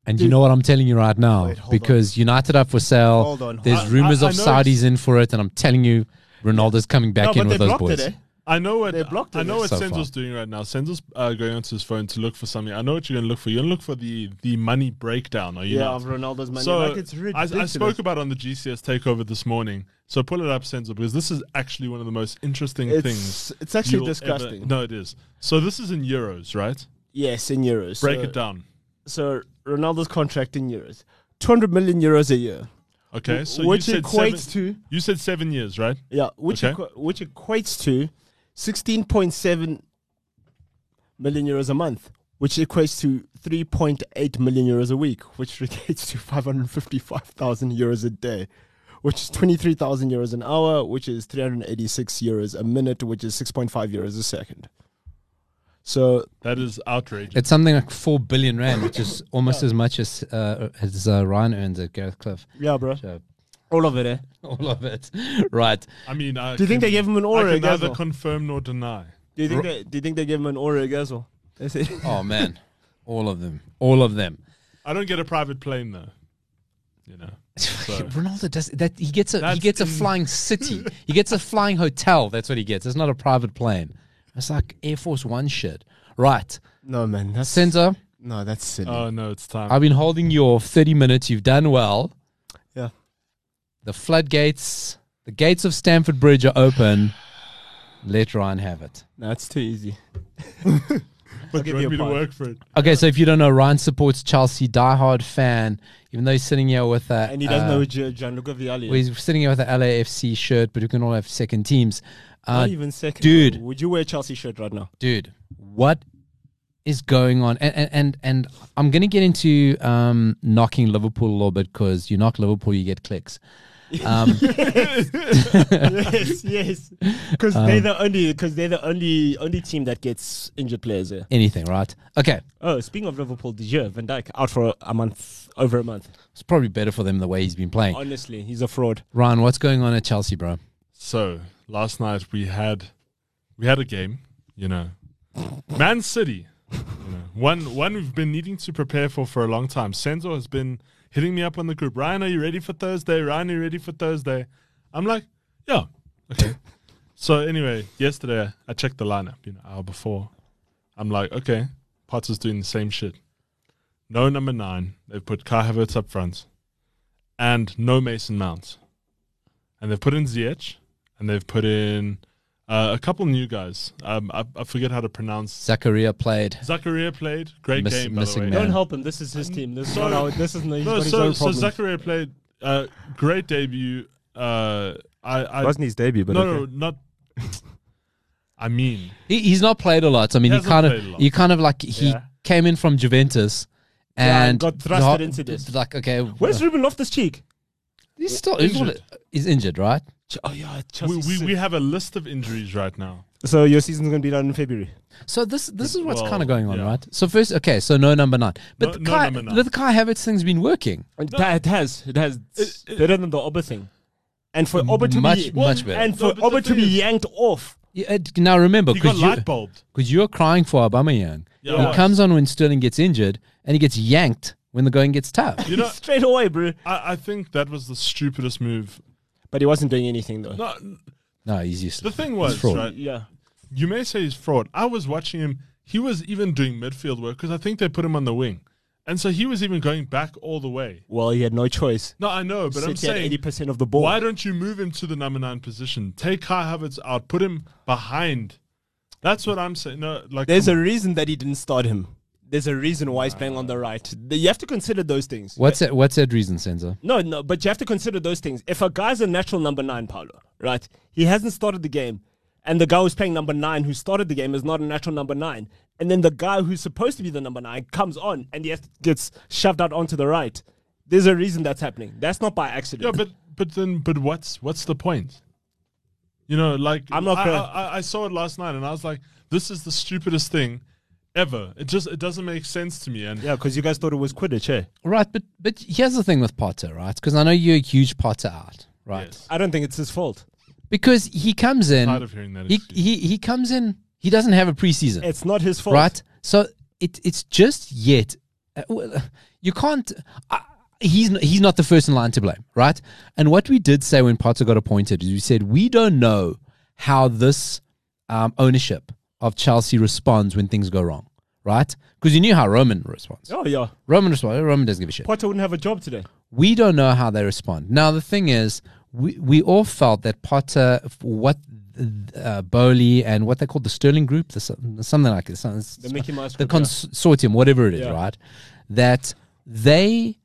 And you know what I'm telling you right now? Wait, hold because United up for sale. Hold on, hold There's on. rumors I- I of know Saudis in for it, and I'm telling you, Ronaldo's coming no, back but in they with those blocked boys. it. Eh? I know what They blocked I it know what so Senzo's doing right now. Senzo's uh, going onto his phone to look for something. I know what you're going to look for. You're going to look for the the money breakdown. Are you Yeah, not? of Ronaldo's money. So like it's I, ridiculous. I spoke about it on the GCS takeover this morning. So pull it up, Senzo, because this is actually one of the most interesting things. It's, it's actually you'll ever- disgusting. no, it is. So this is in euros, right? Yes, in euros. Break so, it down. So Ronaldo's contract in euros, 200 million euros a year, Okay, so which you said equates seven, to you said seven years, right? yeah, which Okay. equa- which equates to 16.7 million euros a month, which equates to 3.8 million euros a week, which relates to 555,000 euros a day. Which is 23,000 euros an hour, which is 386 euros a minute, which is 6.5 euros a second. So That is outrageous. It's something like four billion rand, which is almost as much as uh, as uh, Ryan earns at Gareth Cliff. Yeah, bro. So, All of it, eh? all of it, right? I mean, I Do you think can- they gave him an I aura can as neither well? confirm nor deny. do you think they do you think they gave him an aura as well? They said- Oh man, all of them, all of them. I don't get a private plane though. You know. Ronaldo does that. He gets a he That's gets a in- flying city. he gets a flying hotel. That's what he gets. It's not a private plane. It's like Air Force One shit. Right, No man, that's Senzo. no, that's silly. Oh no, it's time. I've been holding you off thirty minutes. You've done well. Yeah. The floodgates, the gates of Stamford Bridge are open. Let Ryan have it. no, it's too easy. but give you want you a me to pass. work for it? Okay, so if you don't know, Ryan supports Chelsea, diehard fan. Even though he's sitting here with a And he doesn't know uh, who Gi- Gianluca Vialli. Well, is. he's sitting here with an LAFC shirt, but we can all have second teams. Uh, Not even second. dude. would you wear a Chelsea shirt right now? dude, what is going on? And and and, and I'm going to get into um, knocking Liverpool a little bit because you knock Liverpool, you get clicks. Um, yes, yes. Because they're the only because they're the only only team that gets injured players. Yeah. anything, right? Okay, Oh, speaking of Liverpool, did you Van Dijk out for a month, over a month? it's probably better for them the way he's been playing. Honestly, he's a fraud. Ryan, what's going on at Chelsea, bro? So last night we had we had a game, you know. Man City. You know, one one we've been needing to prepare for for a long time. Senzo has been hitting me up on the group. Ryan, are you ready for Thursday? Ryan, are you ready for Thursday? I'm like, yeah, okay. so anyway, yesterday I checked the lineup, you know, hour before. I'm like, okay, Potter's doing the same shit. No number nine. They've put Kai Havertz up front, and no Mason Mount, and they've put in Ziyech, and they've put in uh, a couple new guys. Um, I, I forget how to pronounce. Zachariah played. Zakaria played great Miss- game. By the missing way. man. Don't help him. This is his team. This is Sorry. not our, This is no, he's No, got his so own so problems. Zakaria played uh, great debut. Uh, I, I wasn't his debut, but no okay. no not. I mean, He, he's not played a lot. I mean, He he, hasn't kind of, played a lot. he kind of like he Yeah. came in from Juventus. Yeah, And and got thrusted the- into this. Like, okay, Where's Ruben Loftus Cheek? He's still Injured. He's injured, right? Oh yeah, we, we, we have a list of injuries right now. So your season's gonna be done in February. So this this is what's Well, kind of going on, yeah. right? So first, okay, so no number nine, but No- the no Kai, number nine. the Kai Havertz thing's been working. And that it has it has it's it- better than the Oba thing, and for Oba to much be much better. and for No, but the Oba to thing be is- yanked off Yeah, it- uh, now remember, He got because you, light bulbed. because you're crying for Aubameyang. Yeah, he right. comes on when Sterling gets injured, and he gets yanked when the going gets tough. You know, Straight away, bro. I, I think that was the stupidest move. But he wasn't doing anything though. No, No, he's useless. the thing was, fraud. right, Yeah. you may say he's fraud. I was watching him. He was even doing midfield work because I think they put him on the wing. And so he was even going back all the way. Well, he had no choice. No, I know, but I'm City had saying eighty percent of the ball. Why don't you move him to the number nine position? Take Kai Havertz out. Put him behind. That's what I'm saying. No, like There's come a reason that he didn't start him. There's a reason why he's playing on the right. The- You have to consider those things. What's that? What's that reason, Senzo? No, no, but you have to consider those things. If a guy's a natural number nine, Paolo, right? He hasn't started the game, and the guy who's playing number nine who started the game is not a natural number nine, and then the guy who's supposed to be the number nine comes on and he has, gets shoved out onto the right. There's a reason that's happening. That's not by accident. Yeah, but but then but what's what's the point? You know, like I'm not I, gonna- I, I saw it last night, and I was like, "This is the stupidest thing ever." It just it doesn't make sense to me. And yeah, because you guys thought it was Quidditch, eh? Right, but but here's the thing with Potter, right? Because I know you're a huge Potter out, right? yes, I don't think it's his fault. Because he comes in, tired of hearing that. he, excuse. he he comes in, he doesn't have a preseason. It's not his fault. right? So it it's just yet uh, well, you can't. Uh, he's n- he's not the first in line to blame, right? And what we did say when Potter got appointed is we said we don't know how this um, ownership of Chelsea responds when things go wrong, right? Because you knew how Roman responds. Oh yeah, Roman responds. Roman doesn't give a shit Potter wouldn't have a job today. we don't know how they respond. Now, the thing is, we, we all felt that Potter, f- what uh, Bowley and what they called the Sterling Group, the, so- something like this, some- The Mickey Mouse the Group, yeah. consortium, whatever it is, Yeah. right? That they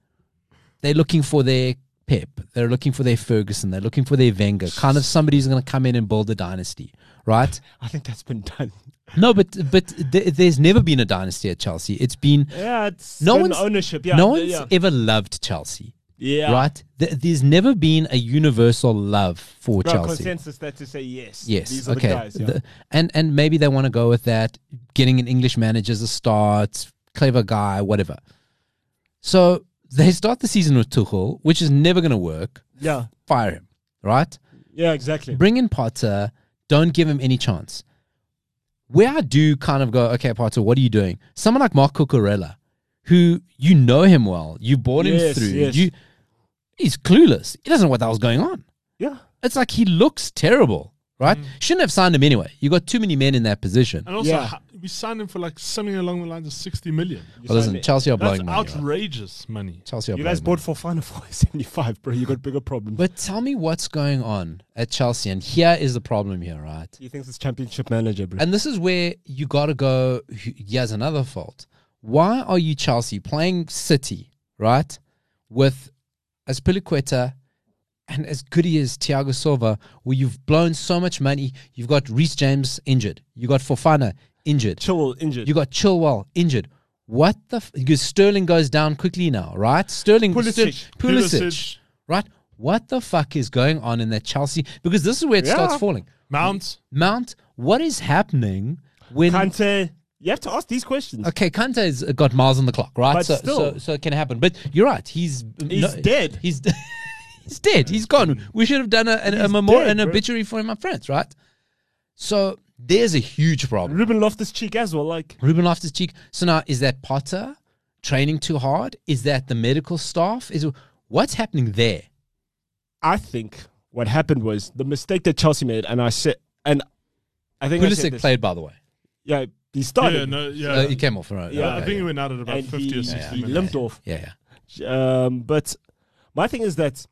they're looking for their Pep, they're looking for their Ferguson, they're looking for their Wenger, kind of somebody who's going to come in and build a dynasty, right? I think that's been done. No, but but th- there's never been a dynasty at Chelsea. It's been Yeah, it's No no one's- ownership. Yeah, no th- one's yeah. ever loved Chelsea yeah. right? Th- there's never been a universal love for No Chelsea. consensus that to say yes. Yes. these are okay. the guys. Yeah. The- and and maybe they want to go with that, getting an English manager as a start, clever guy, whatever. So they start the season with Tuchel, which is never going to work. yeah, Fire him, right? yeah, exactly. Bring in Potter. Don't give him any chance. Where I do kind of go, okay, Potter, what are you doing? Someone like Mark Cucurella, who you know him well, you bought him Yes, through. yes. You, he's clueless. He doesn't know what the hell's going on. Yeah, It's like he looks terrible, right? Mm. Shouldn't have signed him anyway. You got too many men in that position. and also, Yeah. ha- we signed him for like something along the lines of sixty million. Well, listen, signed- Chelsea are That's blowing money. right? outrageous money. Chelsea you are blowing guys money. bought for Final Four seventy five, bro. You got bigger problems. But tell me what's going on at Chelsea, and here is the problem here, right? he thinks it's championship manager, bro. And this is where you got to go. Here's another fault. Why are you Chelsea playing City, right? With as Piliqueta and as goody as Thiago Silva, where you've blown so much money. You've got Reece James injured. You got Fofana injured. Chilwell injured. You got Chilwell injured. What the? F- because Sterling goes down quickly now, right? Sterling, Ster- Pulisic. Pulisic, right? What the fuck is going on in that Chelsea? Because this is where it Yeah. starts falling. Mount. Mount, what is happening when? Kante. You have to ask these questions. okay, Kante's got miles on the clock, right? But so, so, still. so it can happen. But you're right. He's uh, He's dead. He's d- he's dead. He's gone. We should have done a, an, a memorial, dead, an bro. obituary for him up front, right? So there's a huge problem. Ruben Loftus Cheek as well. Like Ruben Loftus Cheek. So now, is that Potter training too hard? Is that the medical staff? Is what's happening there? I think what happened was the mistake that Chelsea made, and I said, and I think I said Pulisic this. played, by the way. Yeah, he Yeah, started. no, yeah. Uh, he came off. Right? yeah, I Okay, think he went out at about And fifty he- or sixty he minutes. limped off. yeah, yeah. Um, but my thing is that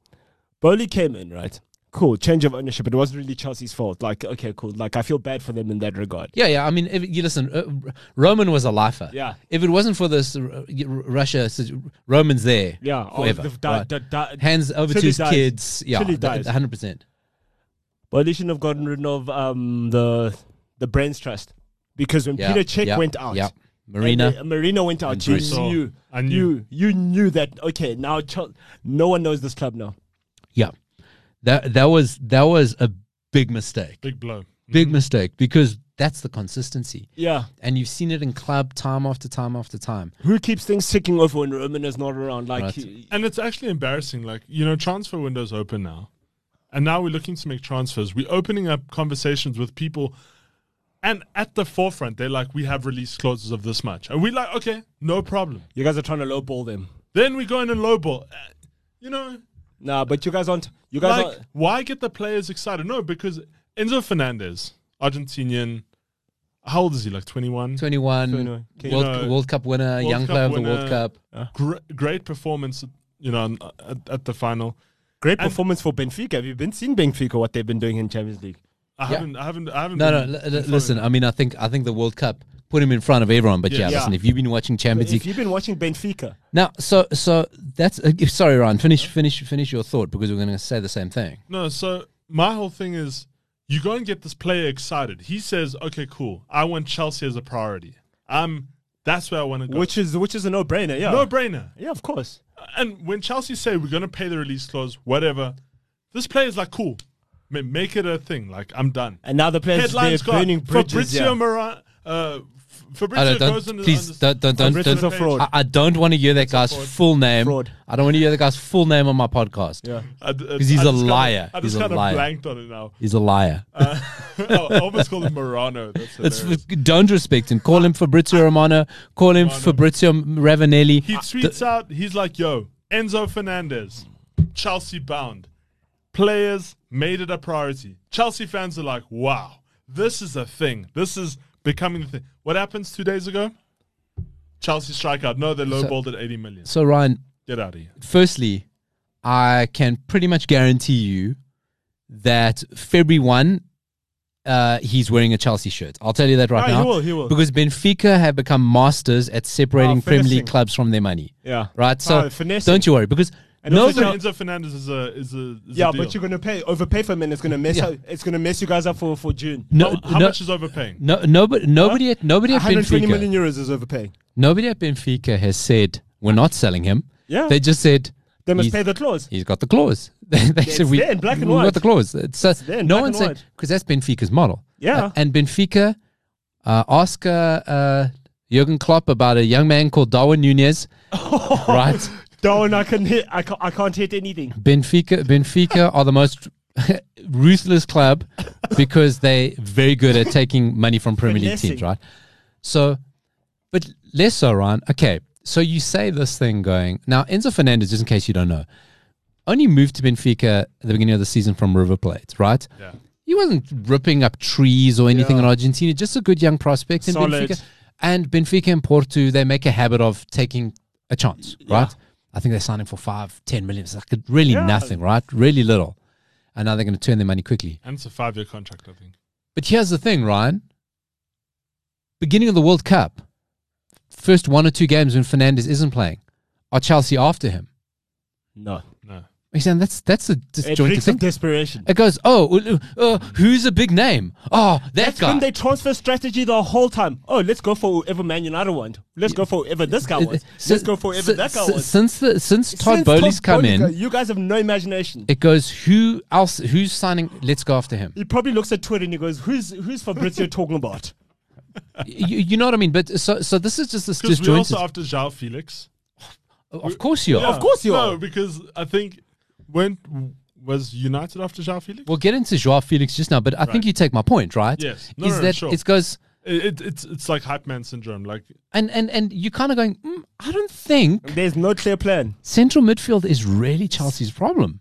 Bowley came in, right? Cool, change of ownership. It wasn't really Chelsea's fault. Like, okay, cool. Like, I feel bad for them in that regard. Yeah, yeah. I mean, if, you listen. Uh, R- Roman was a lifer. Yeah. If it wasn't for this uh, R- Russia, si- Roman's there. Yeah, oh, Forever. the- right? the- the- Hands over till to he his dies. kids. Yeah, Till he dies. one hundred percent. Well, they shouldn't have gotten rid of um, the the brains trust because when Yeah, Peter Cech yeah, went out, Yeah. and Marina. the- Marina went out. You Bruce. knew, I knew. you you knew that. Okay, now Chel- no one knows this club now. yeah. That that was that was a big mistake. Big blow. Big mistake because that's the consistency, Yeah, and you've seen it in club time after time after time. who keeps things ticking over when Roman is not around? Like, Right. he- And it's actually embarrassing. Like, you know, transfer windows open now. And now we're looking to make transfers. We're opening up conversations with people. And at the forefront, they're like, we have release clauses of this much. And we're like, okay, no problem. You guys are trying to lowball them. Then we go in and lowball. Uh, You know, Nah, but you guys aren't. You guys like, are why get the players excited? No, because Enzo Fernandez, Argentinian, how old is he? Like 21? 21, 21, okay. World, You know, World Cup winner, young Cup player of the winner. World Cup. Gr- great performance, you know, uh, at, at the final. great and- performance for Benfica. Have you been seeing Benfica what they've been doing in Champions League? I Yeah. haven't, I haven't, I haven't. No, no. been L- following- l- listen, I mean, I think I think the World Cup put him in front of everyone. But Yeah. yeah, Yeah. listen, if you've been watching Champions If League you've been watching Benfica, now, so so that's uh, sorry, Ryan. Finish finish finish your thought because we're going to say the same thing. No, so my whole thing is you go and get this player excited. He says, okay, cool. I want Chelsea as a priority. I'm, that's where I want to go. which is which is a no-brainer. Yeah, no brainer. yeah, of course. And when Chelsea say we're going to pay the release clause, whatever, this player's like, cool. Ma- Make it a thing. Like, I'm done. And now the players they're Headlines gone. burning bridges. Fabrizio Yeah. Moran. Uh, F- I Fabrizio don't, goes don't in please don't don't don't. Fabrizio's don't- a fraud. I, I don't want to hear that guy's fraud. full name. Fraud. I don't want to hear that guy's full name on my podcast. yeah. Because 'Cause he's a liar. I He's just a kind of liar. blanked on it now. He's a liar. Uh, I almost called him Morano. That's It's, hilarious. don't respect him. Call him Fabrizio Romano. Call him Fabrizio Ravanelli. Ah, He tweets out, he's like, yo, Enzo Fernandez, Chelsea bound. Players made it a priority. Chelsea fans are like, wow, this is a thing. This is becoming the thing. What happens two days ago? Chelsea strikeout. No, they lowballed at 80 million. So Ryan, Get out of here. firstly, I can pretty much guarantee you that February 1, uh, he's wearing a Chelsea shirt. I'll tell you that right Ah, he now. will, he will. Because Benfica have become masters at separating Ah, Premier finessing. League clubs from their money. Yeah. Right? So Ah, finessing. don't you worry because And no, also- Also, Enzo Fernandez is a is a is Yeah, a deal. but you're gonna pay overpay for him, and it's gonna mess Yeah. up, it's gonna mess you guys up for, for June. no, how, how no, much is overpaying? no, nobody, nobody, at, nobody at 120 Benfica, million euros is overpaying. nobody at Benfica has said we're not selling him. Yeah. They just said They must he's- pay the clause. He's got the clause. they they said we, there in black and we white. got the clause. It's, uh, there in no black one and said white. because that's Benfica's model. Yeah. Uh, and Benfica uh, asked uh, uh, Jurgen Klopp about a young man called Darwin Nunez, Oh. right? Darwin, I can hit. I can't, I can't hit anything. Benfica, Benfica are the most ruthless club because they're very good at taking money from Premier League teams, Finessing. right? So, but less so, Ryan. Okay, so you say this thing going now. Enzo Fernandez, just in case you don't know, only moved to Benfica at the beginning of the season from River Plate, right? Yeah. He wasn't ripping up trees or anything Yeah. in Argentina. Just a good young prospect in Solid. Benfica. And Benfica and Porto, they make a habit of taking a chance, right? I think they're signing for five, ten million. It's like really Yeah. nothing, right? Really little. And now they're going to turn their money quickly. And it's a five year contract, I think. But here's the thing, Ryan. Beginning of the World Cup, first one or two games when Fernandez isn't playing, are Chelsea after him? No, No. You saying that's that's a it disjointed brings some thing. desperation. It goes, oh, well, uh, uh, who's a big name? Oh, that That's guy. been their transfer strategy the whole time. Oh, let's go for whoever Man United want. Let's go for whoever this guy Uh, wants. si- Let's go for whoever si- that guy si- wants. Since the since Todd Since Bowley's Todd come Bowley in, go- you guys have no imagination. it goes who else? Who's signing? Let's go after him. He probably looks at Twitter and he goes, "Who's who's Fabrizio talking about?" you, you know what I mean? But so so this is just this Because we're disjointed. also after Jao Felix. of course you are. Yeah. course you no, are. because I think when was United after Jao Felix? We'll get into Joao Felix just now, but I think you take my point, right? Yes. No, is no, that sure. it goes It, it, it's it's like hype man syndrome. Like and and and you kind of going? Mm, I don't think There's no clear plan. central midfield is really Chelsea's problem.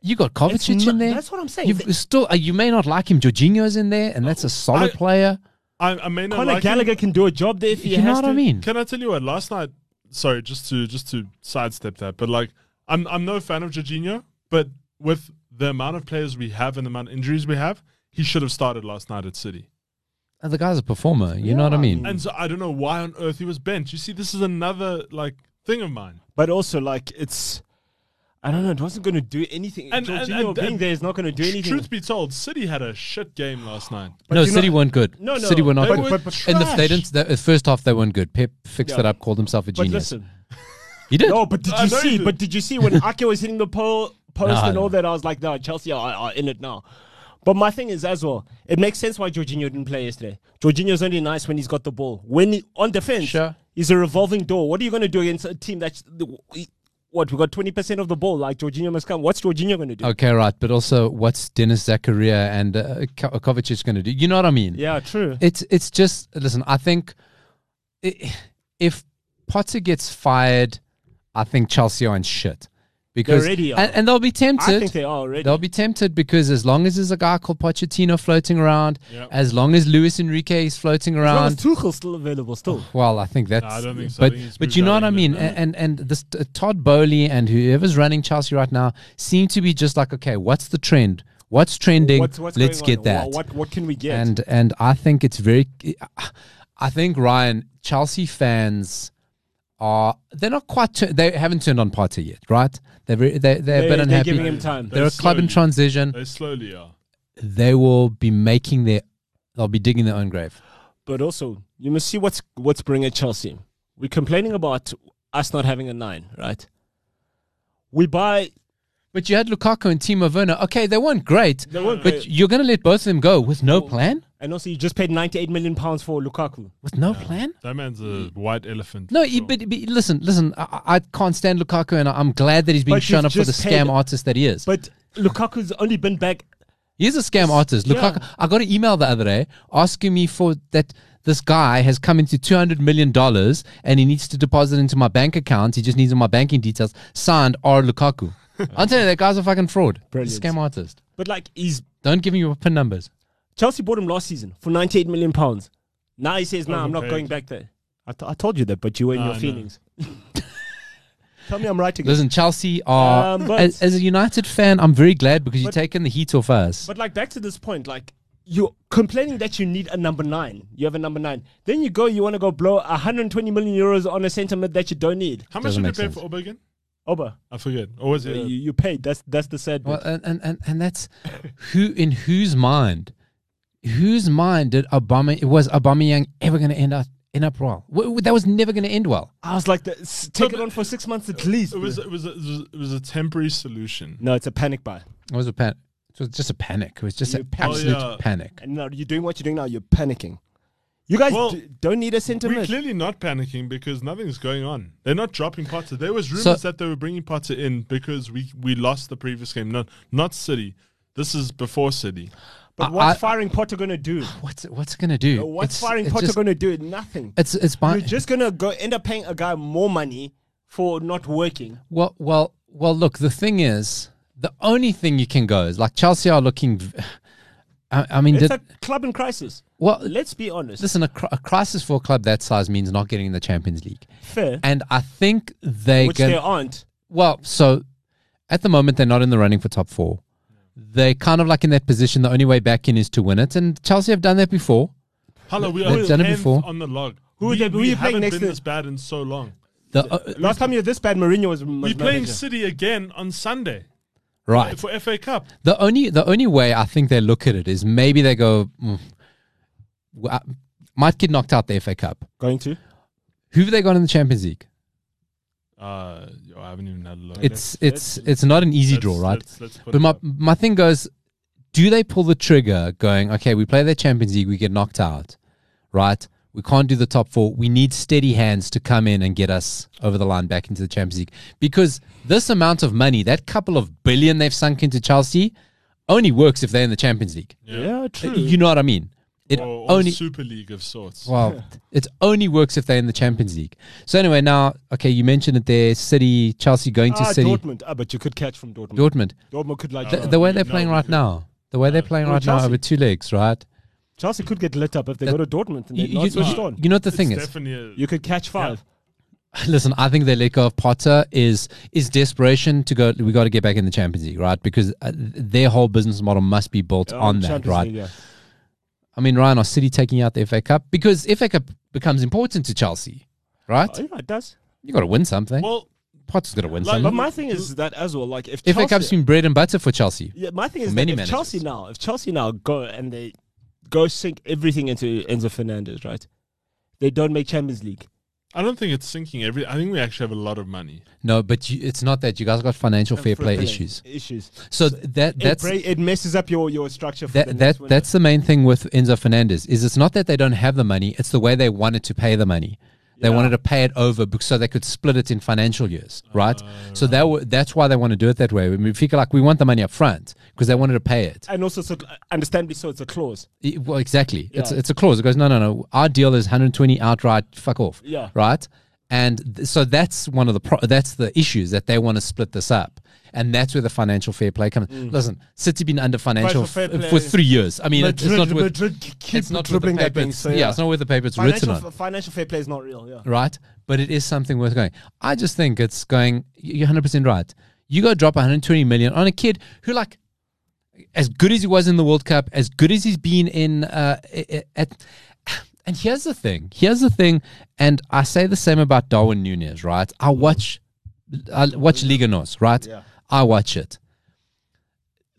You got Kovacic not- in there. that's what I'm saying. You've still uh, you may not like him. Jorginho's in there, and that's a solid I- player. I, I may not Conor like him. Gallagher can do a job there if he You know has what to. I mean? Can I tell you what? Last night, sorry, just to just to sidestep that, but like I'm I'm no fan of Jorginho, but with the amount of players we have and the amount of injuries we have, he should have started last night at City. And Uh, the guy's a performer. You know what I I mean? And so I don't know why on earth he was benched. You see, this is another like thing of mine. But also, like, it's. I don't know. It wasn't going to do anything. And- And, and- Jorginho and- being and- there is not going to do anything. Truth be told, City had a shit game last night. But no, you know- City weren't good. No, no, City were not They good. were but- but- and the, they trash. didn't. The first half they weren't good. Pep fixed Yeah. it up, called himself a but genius. listen. he did. No, but did I you know you see? did. But did you see when Ake was hitting the pole, post Nah, and all no. that? I was like, no, Chelsea are, are in it now. But my thing is as well, it makes sense why Jorginho didn't play yesterday. Jorginho's only nice when he's got the ball. When he, on defense, Sure. he's a revolving door. What are you going to do against a team that's what we got twenty percent of the ball. Like Jorginho must come. What's Jorginho going to do? Okay, right. But also, what's Dennis Zakaria and uh, Ko- Kovacic going to do? You know what I mean? Yeah, true. It's it's just listen. I think i- if Potter gets fired, I think Chelsea are in shit because already are. and, and they'll be tempted. I think they are already. They'll be tempted because as long as there's a guy called Pochettino floating around, Yep. as long as Luis Enrique is floating As long as around, Tuchel's still available, still. well, I think that's. No, I don't think so. I But, think he's but moved you know out what I of mean? England A- And, and, this uh, Todd Bowley and whoever's running Chelsea right now seem to be just like, okay, what's the trend? What's trending? What's, what's Let's going get on? that. What, what can we get? and and I think it's very. I think Ryan Chelsea fans are they're not quite tu- they haven't turned on Potter yet, right? They're very, they they're a they, bit they're unhappy. giving him time. they're a club in slowly- transition They slowly are. they will be making their they'll be digging their own grave. But also, you must see what's what's bringing Chelsea. We're complaining about us not having a nine, right? We buy. But you had Lukaku and Timo Werner. Okay, they weren't great, They weren't but you're going to let both of them go with no plan? And also, you just paid 98 million pounds for Lukaku. With no plan? That man's a white elephant. Hmm. No, for he- sure. but, but listen, listen. I, I can't stand Lukaku, and I'm glad that he's being But shown you've up for the just scam paid- artist that he is. But Lukaku's only been back. He's a scam artist. yeah. Lukaku. I got an email the other day asking me for that. This guy has come into two hundred million dollars, and he needs to deposit into my bank account. He just needs my banking details. Signed R Lukaku. I'm telling you, that guy's a fucking fraud. He's a Brilliant. scam artist. But like, he's Don't give me your pin numbers. Chelsea bought him last season for 98 million pounds. Now he says, "No, I'm not Overpaid. going back there." I, t- I told you that, but you were in Ah, your no. feelings. Tell me, I'm right again. Listen, Chelsea are Um, but- as, as a United fan, I'm very glad because you're But- taking the heat off us. But like back to this point, like you're complaining that you need a number nine. You have a number nine. Then you go, you want to go blow 120 million euros on a sentiment that you don't need. how much Doesn't did we make pay for sense. Obergen? Oba, I forget. Or was uh, it? you, you paid. That's that's the sad bit. well, and, and, and, and that's who in whose mind, whose mind did Obama was Obama Young ever going to end up end up well? W- w- that was never going to end well. I was like, the, s- take it but- on for six months at least. it was it was a, it was a- it was a temporary solution. no, it's a panic buy. It was a pan- It was just a panic. It was just You uh, an pan- Oh, absolute yeah. panic. And now you're doing what you're doing now. You're panicking. You guys Well, d- don't need a We're sentiment. clearly not panicking because nothing's going on. They're not dropping Potter. There was rumors So- that they were bringing Potter in because we, we lost the previous game. Not not City. This is before City. but I- what's I- firing Potter gonna do? What's it- what's it going to do? Uh, What's It's- firing it's Potter just- gonna do? Nothing. It's it's by, You're just gonna go end up paying a guy more money for not working. Well, well, well. Look, the thing is, the only thing you can go is like Chelsea are looking. v- I, I mean, It's did, a club in crisis. well, Let's be honest. listen. A, cr- a crisis for a club that size means not getting in the Champions League, fair, and I think they which they can. aren't. Well, so at the moment they're not in the running for top four. They're kind of like in that position. The only way back in is to win it, and Chelsea have done that before. Hello, we They've are done it 10th before. on the log. Who we, they- who we you playing haven't next been to- this bad in so long. The, uh, Last time you were this bad, Mourinho was. was We're playing manager. City again on Sunday right. for FA Cup. The only the only way I think they look at it is maybe they go, mm, w- I- might get knocked out the FA Cup. Going to Who have they got in the Champions League? Uh, yo, I haven't even had a look. It's it's it's not an easy Let's- draw, right? let's- let's put But it my up. my thing goes, do they pull the trigger going, okay, we play the Champions League, we get knocked out, right? We can't do the top four. We need steady hands to come in and get us over the line back into the Champions League. Because this amount of money, that couple of billion they've sunk into Chelsea, only works if they're in the Champions League. yeah, true. You know what I mean? It or, or only Super League of sorts. Well, it only works if they're in the Champions League. So anyway, now okay, you mentioned it there. City, Chelsea going to ah, City, Dortmund. Ah, but you could catch from Dortmund. Dortmund. Dortmund could like The, Uh, the way we- they're no, playing we right could- now, the way they're no. playing Oh, right now Chelsea. over two legs, right? Chelsea could get lit up if they That- go to Dortmund and You, they're you, not switched you- on. you know what the It's thing is? definitely a- You could catch five. Listen, I think they let go of Potter is is desperation to go. We got to get back in the Champions League, right? Because uh, their whole business model must be built Yeah, on that, uh, Champions right? League, yeah. I mean, Ryan, are City taking out the FA Cup because FA Cup becomes important to Chelsea, right? Oh, yeah, it does. You got to win something. well, Potter's got to win like- something. But my thing is that as well. Like if FA Cup's Chelsea, been bread and butter for Chelsea. yeah, my thing for is that many if managers. Chelsea now, if Chelsea now go and they go sink everything into Enzo Fernandez, right? They don't make Champions League. I don't think it's sinking every. I think we actually have a lot of money. No, but you, it's not that you guys got financial fair play issues. Issues. So th- that It, that's break, it messes up your, your structure. For the that, next that window. that's the main thing with Enzo Fernandez is it's not that they don't have the money; it's the way they wanted to pay the money. They wanted to pay it over bec- so they could split it in financial years, right? so Oh. that wa- that's why they want to do it that way. I mean, figure like we want the money up front because they wanted to pay it. And also, so, understandably so, it's a clause. I- Well, exactly. It's Yeah. it's a clause. It goes, no, no, no. Our deal is 120 outright. Fuck off. Yeah. Right. And th- so that's one of the pro- that's the issues that they want to split this up, and that's where the financial fair play comes. Mm. Listen, City been under financial for fair play. f- for three years. I mean, it- Madrid, it's not with, Madrid k- keep it's not with the dribbling that paper. thing. it's- So yeah, yeah, it's not with the paper. It's Financial, written on, f- financial fair play is not real. Yeah. right? But it is something worth going. I just think it's going. You're 100 percent right. You go drop 120 million on a kid who like. As good as he was in the World Cup, as good as he's been in uh, i- i- at, and here's the thing. Here's the thing, and I say the same about Darwin Nunez, right? I watch, I watch Liga Nos, right? Yeah. I watch it.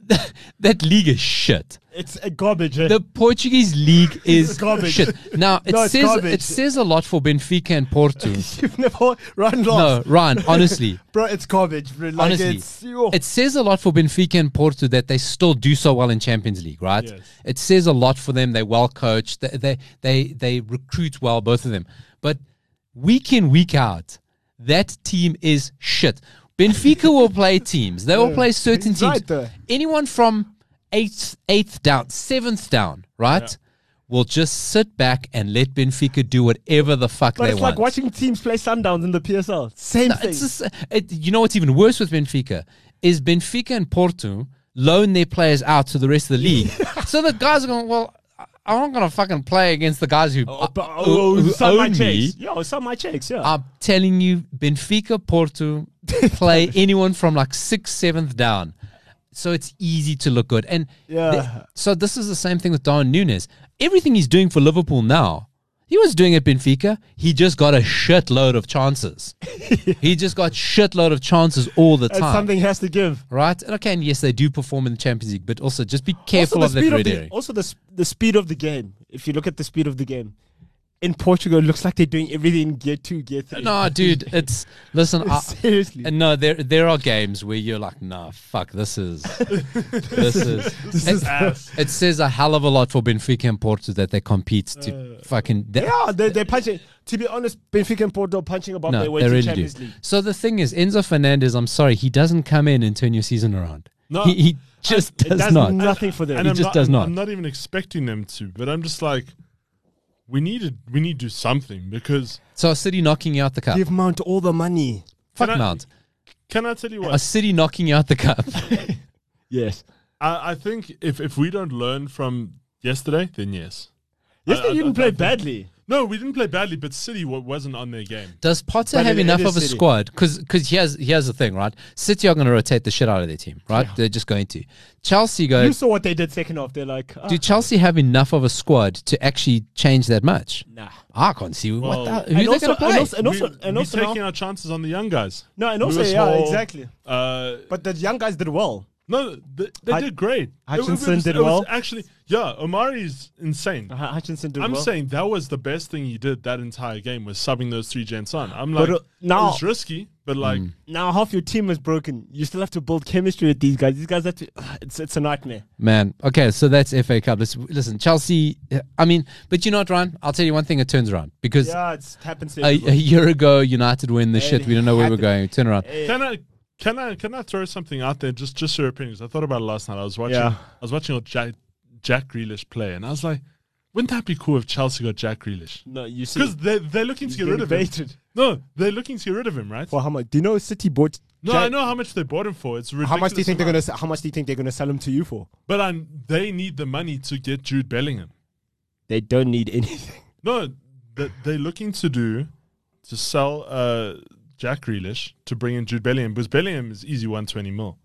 that league is shit. It's a garbage. eh? The Portuguese league is garbage. shit. Now it No, it's says garbage. it says a lot for Benfica and Porto. You've never run no, lost. Ryan, honestly, Bro, it's garbage. bro. Like, Honestly, it's, yo. it says a lot for Benfica and Porto that they still do so well in Champions League, right? Yes. It says a lot for them. They're well coached. They, they they they recruit well, both of them. But week in week out, that team is shit. Benfica will play teams. They will play certain He's teams. right there. Anyone from eighth eighth down, seventh down, right? Will just sit back and let Benfica do whatever the fuck but they it's want. like watching teams play Sundowns in the PSL. Same No, thing. it's just, it, you know what's even worse with Benfica is Benfica and Porto loan their players out to the rest of the league. so the guys are going, well, I- I'm not going to fucking play against the guys who, oh, but, uh, oh, who- who some my own me. checks. Yo, some my checks. Yeah. I'm telling you, Benfica, Porto play anyone from like sixth, seventh down. So it's easy to look good. And Yeah. so this is the same thing with Darwin Nunes. Everything he's doing for Liverpool now, he was doing at Benfica. He just got a shitload of chances. he just got shitload of chances all the and time. something has to give. right? And okay, and yes, they do perform in the Champions League, but also just be Also careful the, of that speed of red the, area. also the, s- the speed of the game. If you look at the speed of the game, in Portugal, it looks like they're doing everything in gear two, gear three. No, dude, it's listen. I, Seriously. And Uh, no, there there are games where you're like, nah, fuck, this is this is this it, is ass. it says a hell of a lot for Benfica and Porto that they compete to fucking they- Yeah, Uh, they, they're punching. To be honest, Benfica and Porto are punching above their no, weight they in really do. Champions League. So the thing is, Enzo Fernandez, I'm sorry, he doesn't come in and turn your season around. No. he, he just Uh, It does, does not. nothing for them. He I'm just does I'm- not. I'm not even expecting them to, but I'm just like, we need to, we need to do something because So a city knocking you out the cup. Give Mount all the money. Fuck Can I- Mount. can I tell you A what? city knocking you out the cup. Yes. I, I think if if we don't learn from yesterday, then yes. Yes, I- they I- didn't I- play I- badly. No, we didn't play badly, but City wa- wasn't on their game. Does Potter But it- have it enough is of a City. squad? Because here's here's the thing, right? City are going to rotate the shit out of their team, right? They're just going to. Chelsea go. You saw what they did second half. They're like, ah, Do Chelsea have enough of a squad to actually change that much? nah. I can't see what Well, the, who's and they also- going to play. and also- and we, also, and we also taking now- our chances on the young guys. no, and also, Lewis yeah, Hall, exactly. Uh, But the young guys did well. no, they, they Hut- did great. It- it Hutchinson was- did it was well. Actually, yeah, Omari's insane. Hu- Hutchinson did I'm well. saying that was the best thing he did that entire game was subbing those three gents on. I'm But, like, uh, now- it was risky, but like, Mm. now half your team is broken. You still have to build chemistry with these guys. These guys have to. It's it's a nightmare. Man, okay, so that's FA Cup. Let's, listen, Chelsea. uh, I mean, but you know what, Ryan? I'll tell you one thing. It turns around because Yeah, it's happens. To a, a everyone. year ago, United win the It shit. We don't know where we're going. Turn around. Eh, can I? Can I can I throw something out there? Just just your opinions. I thought about it last night. I was watching. Yeah. I was watching Jack, Jack Grealish play, and I was like, wouldn't that be cool if Chelsea got Jack Grealish? no, you see, Because they they're looking to get rid of him. baited. No, they're looking to get rid of him, right? For how much? Do you know City bought? no, Jack- I know how much they bought him for. It's ridiculous. How much do you think they're amount. gonna? s- How much do you think they're gonna sell him to you for? But i they need the money to get Jude Bellingham. They don't need anything. No, that they're looking to do to sell uh, Jack Grealish to bring in Jude Bellingham because Bellingham is easy 120 mil.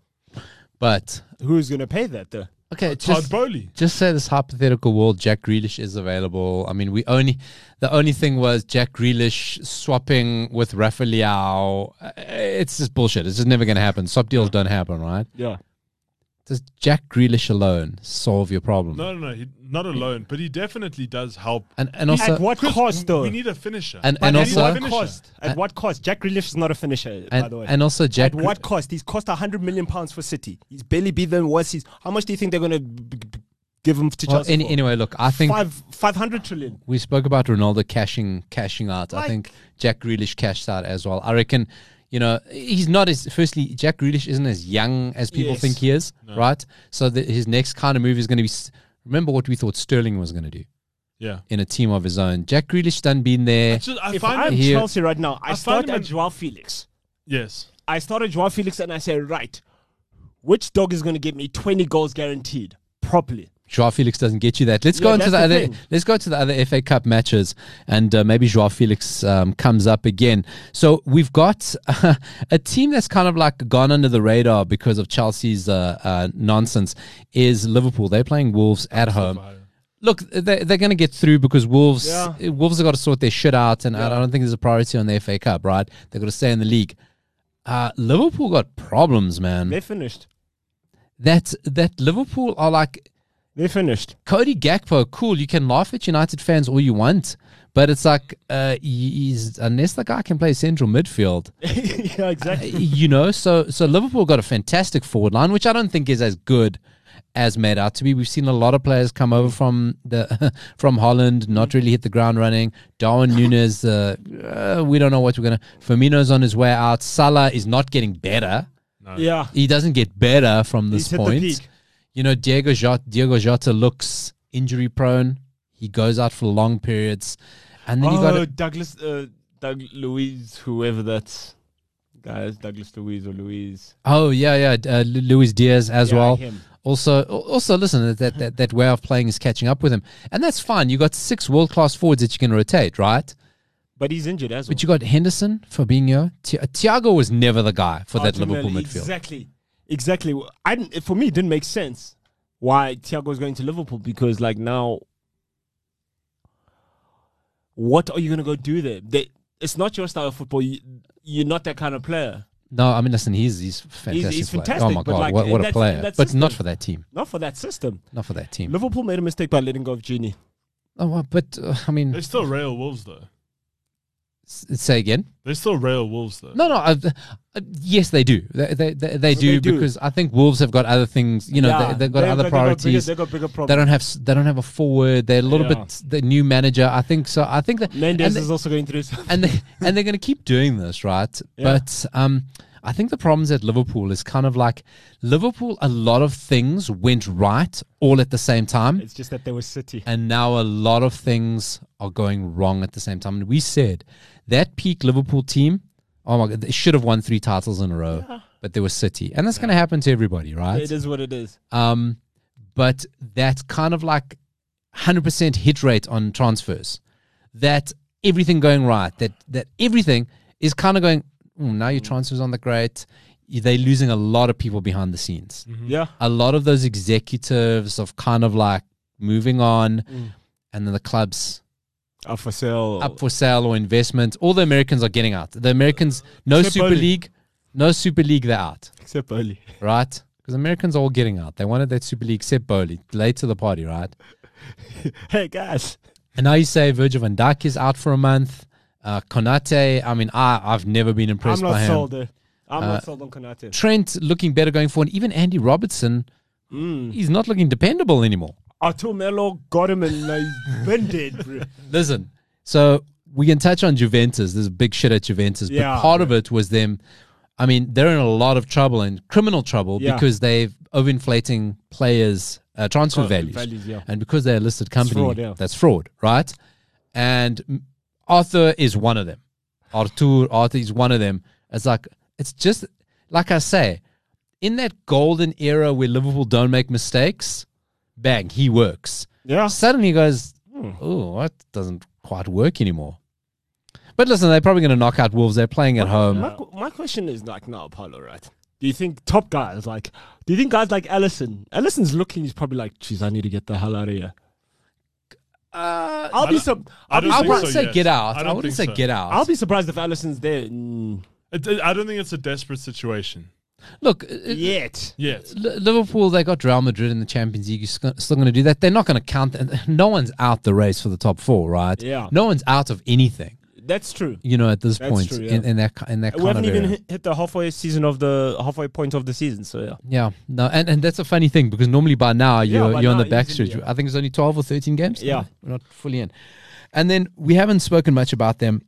But Who's gonna pay that though? okay, Todd just Bowley. just say this hypothetical world Jack Grealish is available. I mean, we only the only thing was Jack Grealish swapping with Rafa Leao. Uh, It's just bullshit. It's just never going to happen. Swap deals don't happen, right? Yeah. Does Jack Grealish alone solve your problem? No, no, no. He, not alone, but he definitely does help. And and At also what cost though? We need a finisher. and, But and at also what cost? At what cost? Jack Grealish is not a finisher, by Uh, and, the way. and also Jack at what cost? He's cost 100 million pounds for City. He's barely beat them. What's he's? How much do you think they're going to b- b- give him to Well, Chelsea. any, for? anyway, look, I think five five hundred trillion. we spoke about Ronaldo cashing cashing out. I Like- think Jack Grealish cashed out as well. I reckon, you know, he's not as firstly Jack Grealish isn't as young as people Yes. think he is, right? So the, his next kind of move is going to be. s- Remember what we thought Sterling was going to do Yeah. in a team of his own. Jack Grealish done been there. It's just- I If find I'm Here- Chelsea right now, I I, start find him at in- Joao Felix. yes. I start at Joao Felix and I say, right, which dog is going to give me twenty goals guaranteed properly? Joao Felix doesn't get you that. Let's Yeah, go into that's the, the other. thing. Let's go to the other FA Cup matches, and uh, maybe Joao Felix um, comes up again. So we've got a team that's kind of like gone under the radar because of Chelsea's uh, uh, nonsense. Is Liverpool? They're playing Wolves at Um, home. Look, they, they're going to get through because Wolves. Yeah. Wolves have got to sort their shit out, and I- I don't think there's a priority on the FA Cup. Right? They've got to stay in the league. Uh, Liverpool got problems, man. They finished. That that Liverpool are like They finished. Cody Gakpo, cool. You can laugh at United fans all you want, but it's like uh, he- he's unless the guy can play central midfield, yeah, exactly. you know. So so Liverpool got a fantastic forward line, which I don't think is as good as made out to be. We've seen a lot of players come over from the from Holland, not really hit the ground running. Darwin Nunes, uh, uh, we don't know what we're gonna. Firmino's on his way out. Salah is not getting better. Yeah. He doesn't get better from this He's hit the point. peak. You know, Diego Jota, Diego Jota looks injury prone. He goes out for long periods, and then you got Douglas, uh, Doug Louise, whoever that's. Guys, Douglas Louise or Louise. oh yeah yeah d- uh, Lu- Luis Diaz as Yeah, well. him. Also al- also listen that, that that way of playing is catching up with him, and that's fine. You got six world class forwards that you can rotate, right? But he's injured as well. But you got Henderson, Fabinho, Ti- Thiago was never the guy for that Ultimately, Liverpool midfield. Exactly. Exactly. I didn't, it- for me, it didn't make sense why Thiago was going to Liverpool because, like, now, what are you going to go do there? They, it's not your style of football. You, you're not that kind of player. No, I mean listen, he's he's fantastic. he's player. Oh fantastic, my but god, like, uh, what, in what a that- player! in that But system. not for that team. Not for that system. Not for that team. Liverpool made a mistake by letting go of Genie. Oh, well, but uh, I mean, They still rail Wolves, though. s- say again. They still rail Wolves, though. No, no. I, I, yes, they do. They, they, they, they do They do. because I think Wolves have got other things. You know, Yeah, they, they've got other they've priorities. Got bigger, they've got bigger they problems. don't have. s- They don't have a forward. They're a little Yeah. bit the new manager. I think so. I think that Mendes and is also going through some. and they, and they're going to keep doing this, right? Yeah. But um, I think the problems at Liverpool is kind of like Liverpool. A lot of things went right all at the same time. It's just that they were City. And now a lot of things are going wrong at the same time. And we said that peak Liverpool team, oh my God, they should have won three titles in a row, but they were City. And that's going to happen to everybody, right? It is what it is. Um, but that kind of like 100% hit rate on transfers, that everything going right, that, that everything is kind of going, "Mm, now your transfers on the great. They're losing a lot of people behind the scenes Yeah. a lot of those executives of kind of like moving on Mm. and then the clubs Up for sale. up for sale or investment all the americans are getting out the americans no Except super Bowley. league no super league they're out Except early. right because americans are all getting out they wanted that super league except bowley late to the party right Hey, guys. and now you say virgil van dijk is out for a month uh konate i mean i i've never been impressed I'm not by him sold. eh. I'm Uh, not sold on Konate. trent looking better going forward even andy robertson Mm. he's not looking dependable anymore Artur Melo got him and now he's been dead, bro. Listen, so we can touch on Juventus. There's big shit at Juventus, Yeah. but part of it was them. I mean, they're in a lot of trouble and criminal trouble Yeah. because they're overinflating players' uh, transfer Co- values, Oh, values, yeah. and because they're a listed company, fraud, yeah. that's fraud, right? And mm, Arthur is one of them. Artur, Arthur is one of them. It's like it's just like I say, in that golden era where Liverpool don't make mistakes, bang, he works Yeah. suddenly he goes, oh, that doesn't quite work anymore. But listen, they're probably going to knock out Wolves. They're playing at home. Um, My, qu- my question is like now, Paulo, right? Do you think top guys like? Do you think guys like Allison? Allison's looking. He's probably like, "Geez, I need to get the hell out of here." I'll be don't- sub. Uh, I I'll be, don't think I surprised. wouldn't so, say yes. get out. I I, don't wouldn't say think so. get out. I'll be surprised if Allison's there mm, It- it- I don't think it's a desperate situation Look, uh, uh, yet. yet. Li- Liverpool, they got Real Madrid in the Champions League. You're sc- still going to do that. They're not going to count. th- No one's out the race for the top four, right? Yeah. No one's out of anything. That's true. you know, at this That's point true, in, yeah. in that ki- in that we kind haven't of even era. hit, hit the halfway season of the halfway point of the season. So yeah, Yeah, no, and, and that's a funny thing because normally by now Yeah, you're by you're on now the he's back in stretch. there. I think it's only twelve or thirteen games. Yeah. we're not fully in, and then we haven't spoken much about them.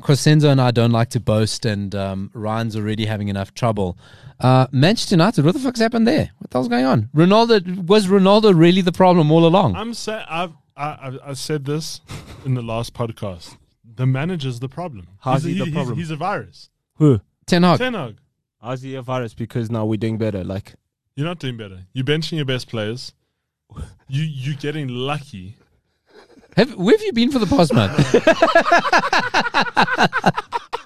Crescenzo and I don't like to boast, and um, Ryan's already having enough trouble. Uh, Manchester United, what the fuck's happened there? What the hell's going on? Ronaldo was Ronaldo really the problem all along? I'm say I've I, I, I said this in the last podcast. The manager's the problem. How's He's a- he the he's- problem? He's, a virus. who? Ten Hag. Ten Hag, How's the virus? Because now we're doing better. Like you're not doing better. You're benching your best players. You you're getting lucky. Have, where have you been for the past month?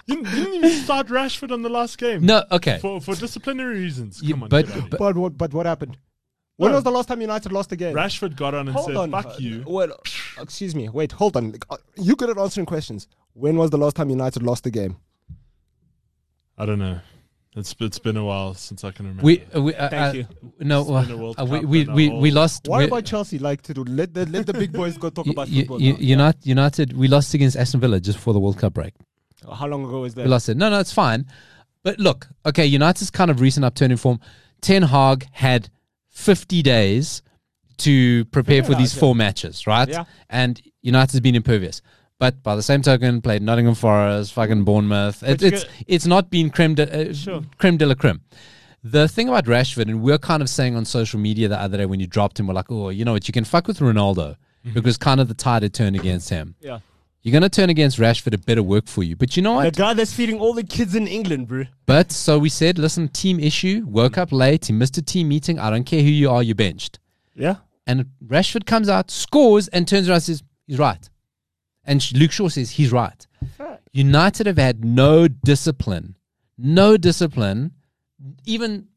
You didn't even start Rashford on the last game. no, okay, For for disciplinary reasons. You- Come on, but- get out of but- But what? But what happened? When No. was the last time United lost a here. game? Rashford got on and hold said, on. "Fuck Uh, you." Well, excuse me. Wait, hold on. Like, uh, You good at answering questions. When was the last time United lost a game? I don't know. It's it's been a while since I can remember. we uh, we uh, Thank uh, you. no It's uh, been a World uh, we, Cup we, and a we, whole- we lost. Why we- about Chelsea? Like to do, let the let the big boys go talk Y- about y- football. y- now. United, United, we lost against Aston Villa just before the World Cup break. Oh, how long ago was that? We lost it. No, no, it's fine. But look, okay, United's kind of recent upturn in form. Ten Hag had 50 days to prepare for it these out, yeah. four matches, right? Yeah. And United's been impervious. But by the same token, played Nottingham Forest, fucking Bournemouth. It, you it's it's not been creme de, uh, Sure. creme de la creme. The thing about Rashford, and we are kind of saying on social media the other day when you dropped him, we're like, oh, you know what, you can fuck with Ronaldo Mm-hmm. because kind of the tide had turned against him. yeah, You're going to turn against Rashford, it better work for you. But you know what? the guy that's feeding all the kids in England, bro. But so we said, listen, team issue, woke up late, he missed a team meeting. I don't care who you are, you're benched. Yeah, And Rashford comes out, scores, and turns around and says, he's right. And Sh- Luke Shaw says, he's right. United have had no discipline, no discipline, even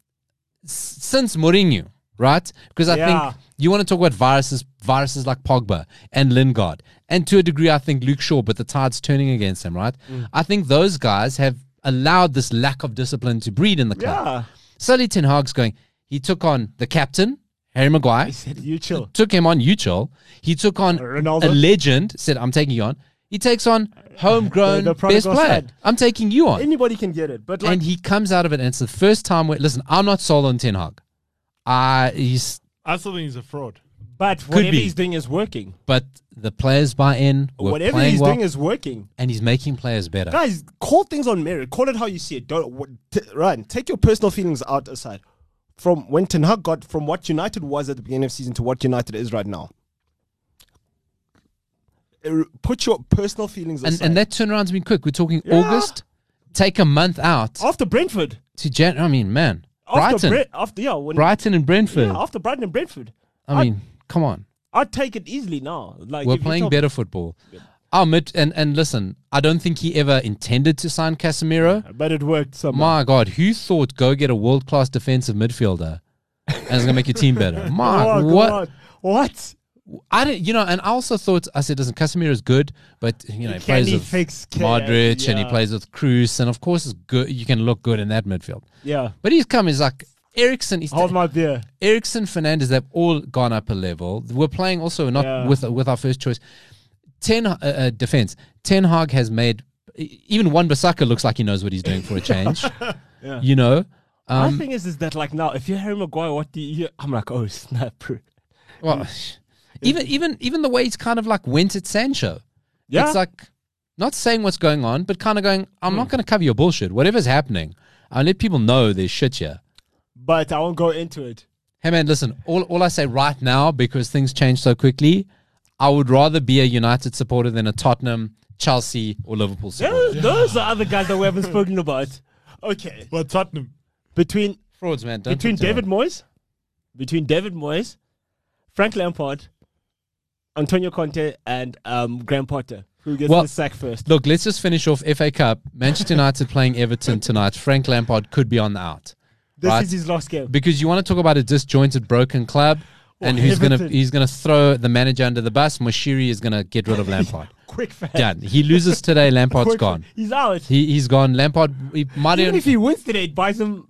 s- since Mourinho, right? Because I Yeah. think you want to talk about viruses, viruses like Pogba and Lingard, and to a degree, I think Luke Shaw, but the tide's turning against him, right? Mm. I think those guys have allowed this lack of discipline to breed in the club. yeah. Sully Ten Hag's going, he took on the captain, Harry Maguire, He said, "You chill." took him on Uchel. He took on Uh, Ronaldo. Uh, a legend, said, I'm taking you on. He takes on homegrown The- the best prodigal player. son. I'm taking you on. Anybody can get it, but like, and he comes out of it, and it's the first time where, listen, I'm not sold on Ten Hag. I he's, I still think he's a fraud. but whatever be. he's doing is working. but the players buy in, we're whatever playing he's well, doing is working. and he's making players better. Guys, call things on merit. Call it how you see it. Don't what, t- Ryan. Take your personal feelings out aside. From when Ten Hag got from what United was at the beginning of season to what United is right now. Er, Put your personal feelings and, aside. and that turnaround's been quick. We're talking August, take a month out After Brentford, to Jan. I mean, man, after Brighton, Bre- after yeah, when, Brighton and Brentford. yeah, after Brighton and Brentford, I mean, come on. I'd take it easily now. Like We're if you playing talk- better football. Our mid and, and listen, I don't think he ever intended to sign Casemiro. but it worked somehow. My God, who thought go get a world class defensive midfielder and it's gonna make your team better? My Oh, what God. What? I didn't you know, and I also thought I said listen, Casemiro is good, but you know, Can he, plays he with fix K- Modric and he yeah. plays with Cruz and of course it's good you can look good in that midfield. Yeah, But he's come, he's like Ericsson, he's hold my beer. Ericsson, Fernandez, they've all gone up a level. We're playing also not Yeah. with with our first choice. Ten uh, uh, defense. Ten Hag has made e, even one Basaka looks like he knows what he's doing for a change. You know, My um, thing is, is that like now, if you're Harry Maguire, what do you? I'm like, oh snap, bro. well, even even even the way he's kind of like went at Sancho. Yeah, It's like not saying what's going on, but kind of going, I'm Hmm. not going to cover your bullshit. Whatever's happening, I let people know there's shit here. but I won't go into it. Hey man, listen, all, all I say right now, because things change so quickly, I would rather be a United supporter than a Tottenham, Chelsea, or Liverpool supporter. Those, those are other guys that we haven't spoken about. Okay, Well, Tottenham. between Frauds, man. Don't between talk to David me. Moyes, between David Moyes, Frank Lampard, Antonio Conte, and um, Graham Potter, who gets Well- the sack first. Look, let's just finish off FA Cup. Manchester United playing Everton tonight. Frank Lampard could be on the out. This right. is his last game. Because you want to talk about a disjointed, broken club and who's going to Everton. he's going to throw the manager under the bus. Moshiri is going to get rid of Lampard. Quick fact. Done. He loses today, Lampard's Quick- gone. He's out. He, he's gone. Lampard, he might Even even- if he wins today, it buys him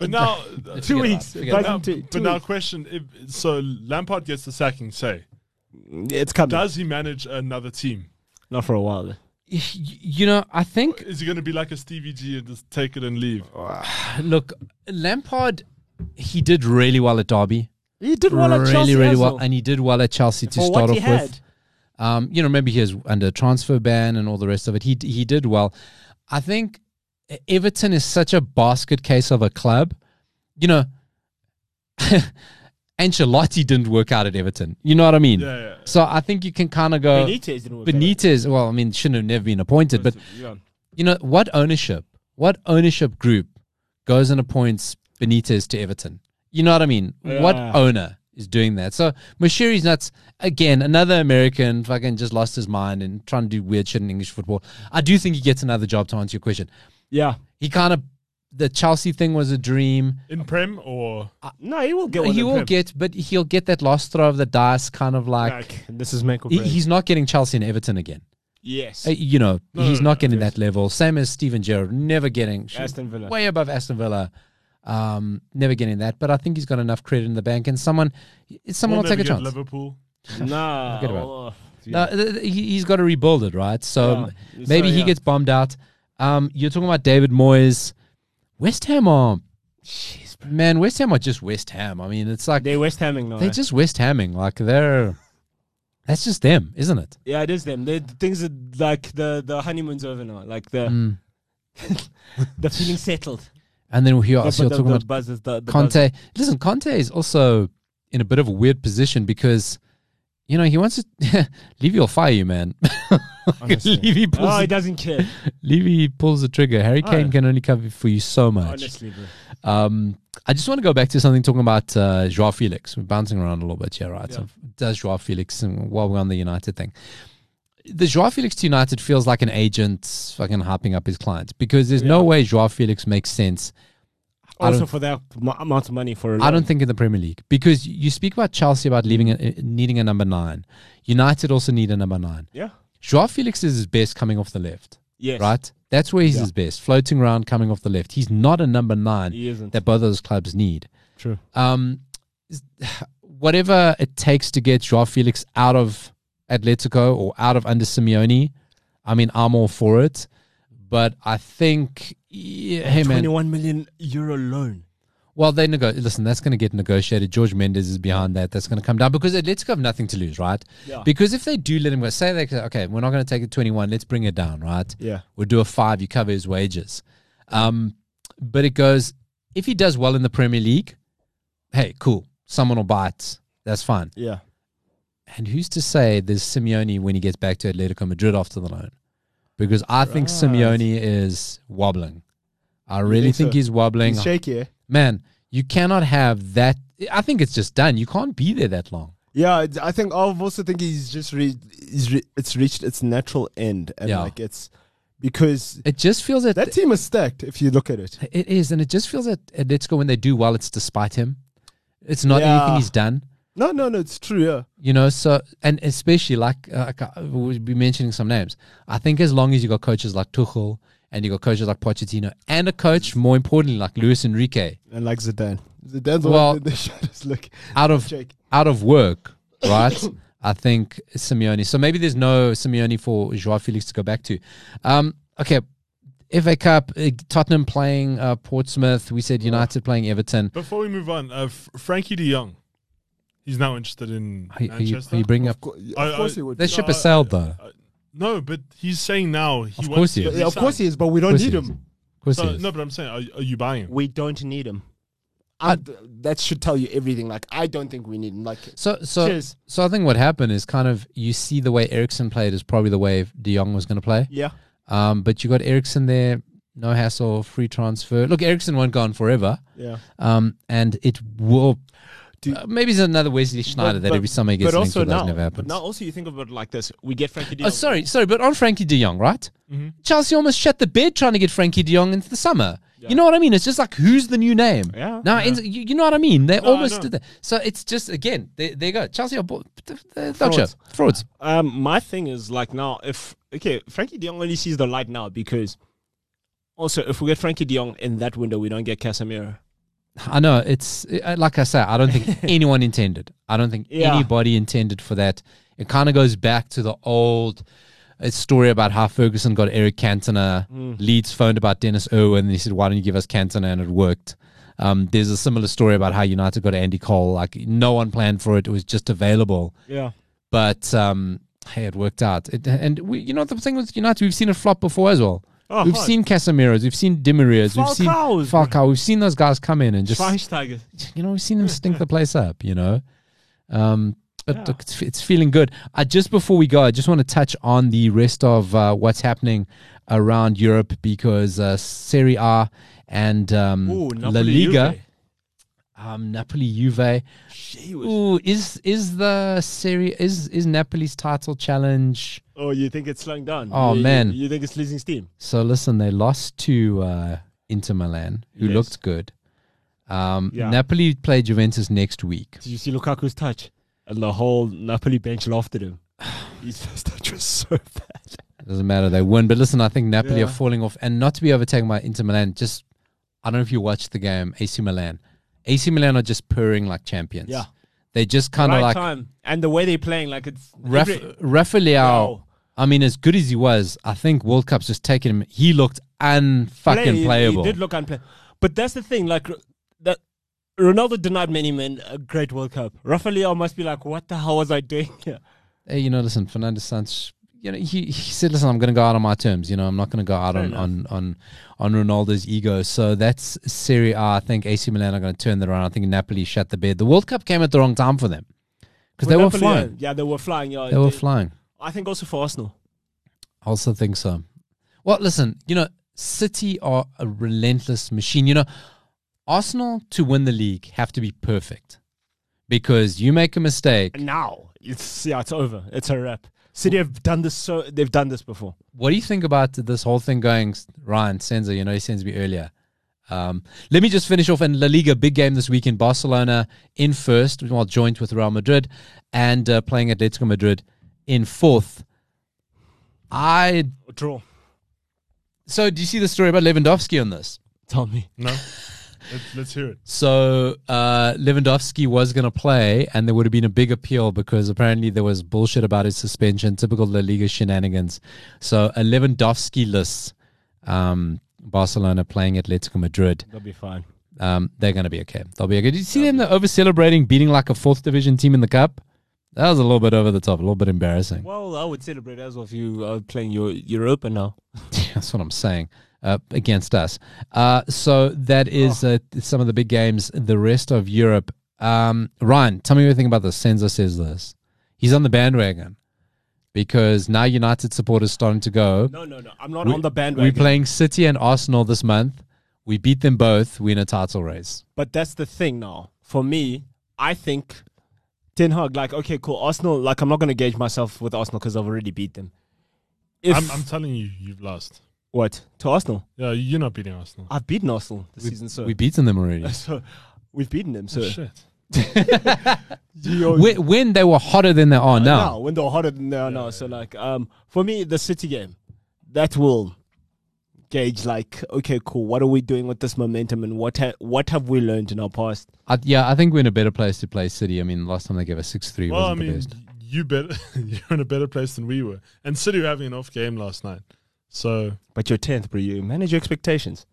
But now, two about it, weeks. forget It buys now him two, but two now, weeks. question: if, So Lampard gets the sacking. Say, it's coming. does he manage another team? Not for a while. you know, I think Is he going to be like a Stevie G and just take it and leave? Oh. Look, Lampard, he did really well at Derby. He did well really, at Chelsea really as well, well. and he did well at Chelsea to For what start he off with. had. Um, you know, maybe he was under a transfer ban and all the rest of it. He d- he did well. I think Everton is such a basket case of a club. You know, Ancelotti didn't work out at Everton. You know what I mean? Yeah, yeah. So I think you can kind of go Benitez didn't work out. Benitez. Well, I mean, shouldn't have never been appointed, but Yeah. you know what ownership what ownership group goes and appoints benitez to everton you know what i mean what Yeah. owner is doing that so Mashiri's nuts again another american fucking just lost his mind and trying to do weird shit in english football i do think he gets another job to answer your question Yeah. he kind of the chelsea thing was a dream In Prem or No, he will get one. he in will Prem. get but he'll get that last throw of the dice kind of like Like, this is make or he- break. he's not getting chelsea and everton again yes. Uh, you know No, he's no, not getting that level same as steven gerrard never getting Aston Villa. way above Aston Villa. Um, never getting that, but I think he's got enough credit in the bank, and someone, someone we'll will take never a get chance. Liverpool. Nah. Forget about it. oh, No, th- th- he, he's got to rebuild it, right? So Yeah. um, maybe So, he yeah. gets bummed out. Um, you're talking about David Moyes, West Ham are Jeez, bro. man, West Ham are just West Ham. I mean, it's like They're West Hamming now. they're eh? just West Hamming, like they're that's just them, isn't it? yeah, it is them. They, things are like the, the honeymoon's over now. Like the Mm. the feeling settled. And then who The, else? the, Oh, You're the, talking about buzz is the, the buzz. Conte. Listen, Conte is also in a bit of a weird position because, you know, he wants to leave or fire you, man. Honestly. Levy pulls, Oh, he the, doesn't care. Levy pulls the trigger. Harry Oh. Kane can only cover for you so much. Honestly, bro. Um, I just want to go back to something talking about uh, Joao Felix. We're bouncing around a little bit here, right? So does Joao Felix, and while we're on the United thing, the Joao Felix to United feels like an agent fucking hyping up his clients because there's no way Joao Felix makes sense I Also don't- for that m- amount of money for a I loan. don't think in the Premier League because you speak about Chelsea about leaving a, eh, needing a number nine. United also need a number nine. Yeah. Joao Felix is his best coming off the left, Yes. right? That's where he's Yeah. his best, floating around coming off the left. He's not a number nine He isn't. that both of those clubs need. True. Um, is- whatever it takes to get Joao Felix out of Atletico or out of under Simeone, I mean, I'm all for it. But I think, yeah, hey man, Twenty-one million euro loan. Well, they nego- listen. That's going to get negotiated. George Mendes is behind that. That's going to come down because Atletico have nothing to lose, right? Yeah. Because if they do let him go, say they say, okay, we're not going to take it twenty one. Let's bring it down, right? Yeah. We'll do a five. You cover his wages. Um, but it goes if he does well in the Premier League, hey, cool. Someone will buy it. That's fine. Yeah. And who's to say there's Simeone when he gets back to Atletico Madrid after the loan? Because I think Right. Simeone is wobbling. I really think think, so? he's wobbling He's shaky. eh? man, you cannot have that. I think it's just done. You can't be there that long. Yeah, it's- I think I also think he's just re- he's re- it's reached its natural end, and Yeah. like it's because It just feels that, that team is stacked if you look at it. it is, and it just feels that Atletico when they do well, it's despite him. It's not Yeah. anything he's done, No, no, no, it's true. Yeah, you know. So, and especially like uh, like, uh, we'll be mentioning some names. I think as long as you got coaches like Tuchel and you got coaches like Pochettino and a coach, more importantly, like Luis Enrique, and like Zidane, Zidane's the one Well- that they showed us look out of Jake. out of work, right? I think Simeone. So maybe there's no Simeone for Joao Felix to go back to. Um, okay, FA Cup, uh, Tottenham playing uh, Portsmouth. We said United playing Everton. Before we move on, uh, F- Frankie de Jong, he's now interested in Are, are you, Manchester. are you bringing up? Of, cour- I- of course I- he would. That ship has Uh, sailed, though. no, but he's saying now he Of course wants he to is. yeah, of resign. course he is, but we don't Of course he need is. him. Of course, So, it is. no, but I'm saying, are, are you buying? him? We don't need him. I, that should tell you everything. Like I don't think we need him. Like So, so, Cheers. so I think what happened is kind of you see the way Ericsson played is probably the way De Jong was going to play. yeah, Um, but you got Ericsson there, no hassle, free transfer. Look, Ericsson won't go on forever. yeah. Um, and it will. Do- uh, maybe it's another Wesley Schneider that but- every summer he gets but linked also with. That now- never But happens. now also you think about it like this. We get Frankie de oh, Jong. sorry, sorry. But on Frankie de Jong, right? Mhm. Chelsea almost shut the bed trying to get Frankie de Jong into the summer. Yeah. You know what I mean? It's just like, who's the new name? Yeah. Now, it ends- you, you know what I mean? They No, I almost know. did that. So it's just, again, there, there you go. Chelsea are bo- th- th- dog show. Frauds. Um, my thing is like now if okay, Frankie De Jong only sees the light now because also if we get Frankie De Jong in that window, we don't get Casemiro. I know. It's uh, like I say, I don't think anyone intended. I don't think Yeah. anybody intended for that. It kind of goes back to the old a story about how Ferguson got Eric Cantona. Mm. Leeds phoned about Dennis Irwin and he said, Why don't you give us Cantona? And it worked. Um, there's a similar story about how United got Andy Cole. Like, no one planned for it, it was just available. Yeah. But um, hey, it worked out. It, and we, you know, the thing with United, we've seen it flop before as well. Oh, we've hard. seen Casemiro's, we've seen Di Maria's, we've seen Falcao's, bro. Falcao, we've seen those guys come in and just Schweinsteiger. you know, we've seen them stink the place up, you know. Um, but look, it's, it's feeling good. Uh, just before we go, I just want to touch on the rest of uh, what's happening around Europe because uh, Serie A and um, Ooh, La Napoli, Liga, Juve. um, Napoli, Juve. She was. Ooh, is is the Serie is is Napoli's title challenge? Oh, you think it's slowing down? Oh, You- you- man. You, think it's losing steam? So listen, they lost to uh, Inter Milan, who Yes. looked good. Um, Yeah. Napoli play Juventus next week. Did you see Lukaku's touch? And the whole Napoli bench laughed at him. His first touch was so bad. Doesn't matter. They win. But listen, I think Napoli Yeah. are falling off, and not to be overtaken by Inter Milan. Just I don't know if you watched the game. AC Milan, AC Milan are just purring like champions. Yeah. they just kind of right like time and the way they're playing, like it's Raf- every- Rafa Leao. Wow. I mean, as good as he was, I think World Cup's just taken him. He looked play- unfucking he- playable. He did look unplayable. But that's the thing, like r- that. Ronaldo denied many men a great World Cup. Rafa Leao must be like, what the hell was I doing here? hey, you know, listen, Fernando Santos, you know, he, he said, listen, I'm going to go out on my terms. You know, I'm not going to go out on, on, on, on Ronaldo's ego. So that's Serie A. I think AC Milan are going to turn that around. I think Napoli shut the bed. The World Cup came at the wrong time for them because they But were Napoli, flying. Yeah, they were flying. Yeah, They were flying. I think also for Arsenal. I also think so. Well, listen, you know, City are a relentless machine. You know, Arsenal to win the league have to be perfect because you make a mistake. And now it's yeah, it's over. It's a wrap. City have done this. So they've done this before. what do you think about this whole thing going, Ryan Senza? You know, he sends me earlier. Um, let me just finish off in La Liga, big game this week in Barcelona in first, while joint with Real Madrid, and uh, playing Atletico Madrid in fourth. I A draw. so do you see the story about Lewandowski on this? Tell me. No. let's, let's hear it. So uh, Lewandowski was going to play, and there would have been a big appeal because apparently there was bullshit about his suspension, typical La Liga shenanigans. So a Lewandowski list, um, Barcelona playing Atletico Madrid. They'll be fine. Um, they're going to be okay. They'll be okay. Did you see them over celebrating beating like a fourth division team in the cup? That was a little bit over the top, a little bit embarrassing. Well, I would celebrate as well if you are playing your Europa now. That's what I'm saying. Uh, against us. Uh, so that is Oh. uh, some of the big games. The rest of Europe. Um, Ryan, tell me what you think about this. Senzo says this. He's on the bandwagon because now United supporters starting to go. No, no, no. I'm not We- on the We're bandwagon. playing City and Arsenal this month. We beat them both. We're in a title race. But that's the thing now. For me, I think Ten Hag, like, okay, cool. Arsenal, like, I'm not going to gauge myself with Arsenal because I've already beat them. If, I'm, I'm telling you, you've lost. what? To Arsenal? Yeah, you're not beating Arsenal. I've beaten Arsenal this season, so. We've beaten them already. so we've beaten them, so. Shit. You're- when, when they were hotter than they are now. Now, when they're hotter than they are now. So, like, um, for me, the City game, that will gauge, like, okay, cool. What are we doing with this momentum and what, ha- what have we learned in our past? I, yeah, I think we're in a better place to play City. I mean, last time they gave us six three Well, I wasn't the mean, best. you bet you're in a better place than we were. And City were having an off game last night. So, But you're 10th, bro. You manage your expectations.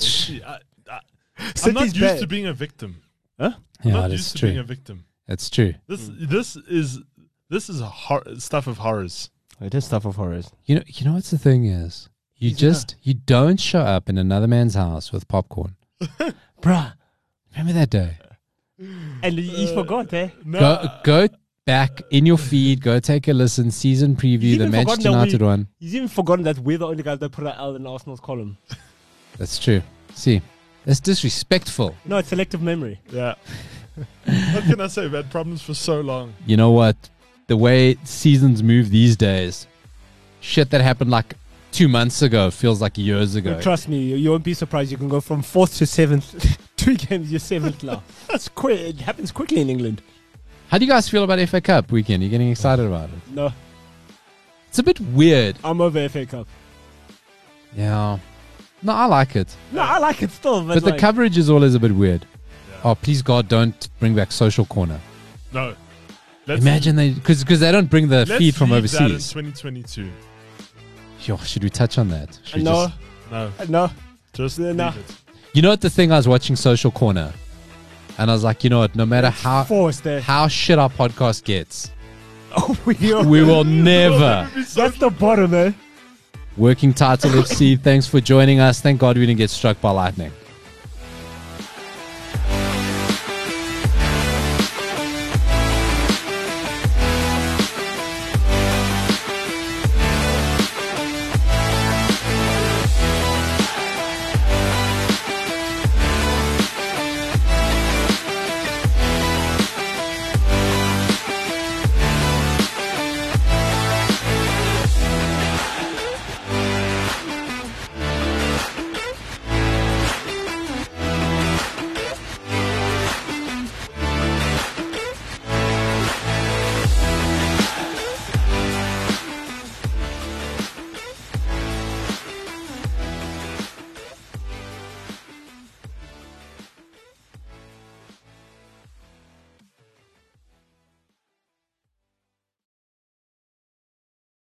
I, I, I'm City's not used bad. to being a victim. I'm Yeah, not that's used to being true. a victim. That's true. This Mm. this is this is hor- stuff of horrors. It is stuff of horrors. You know, you know what's the thing is, you He's in a- just you don't show up in another man's house with popcorn. Bruh. Remember that day? And you you Uh, forgot, eh? No, Go go back in your feed. Go take a listen. Season preview, He's the even forgotten Manchester that we- United one. He's even forgotten that we're the only guys that put an L in Arsenal's column. That's true. See, that's disrespectful. No, it's selective memory. yeah. what can I say? We've had problems for so long. You know what? The way seasons move these days, shit that happened like two months ago feels like years ago. Trust me, you, you won't be surprised. You can go from fourth to seventh. Two games, you're seventh now. That's quick. It happens quickly in England. How do you guys feel about FA Cup weekend? Are you getting excited about it? No, It's a bit weird. I'm over FA Cup. Yeah. No, I like it. No, I like it still, but, But the like, coverage is always a bit weird. Oh, please God, don't bring back Social Corner. No, Let's- Imagine they because because they don't bring the let's feed from leave that in overseas. 2022. Yo, should we touch on that? Should we No, just- No, no. just Uh, leave nah. it. you know what the thing I was watching Social Corner, and I was like, you know what? No matter how Forced there. how shit our podcast gets, Oh, we are. we will never. That's the bottom, eh? Working title FC. Thanks for joining us. Thank God we didn't get struck by lightning.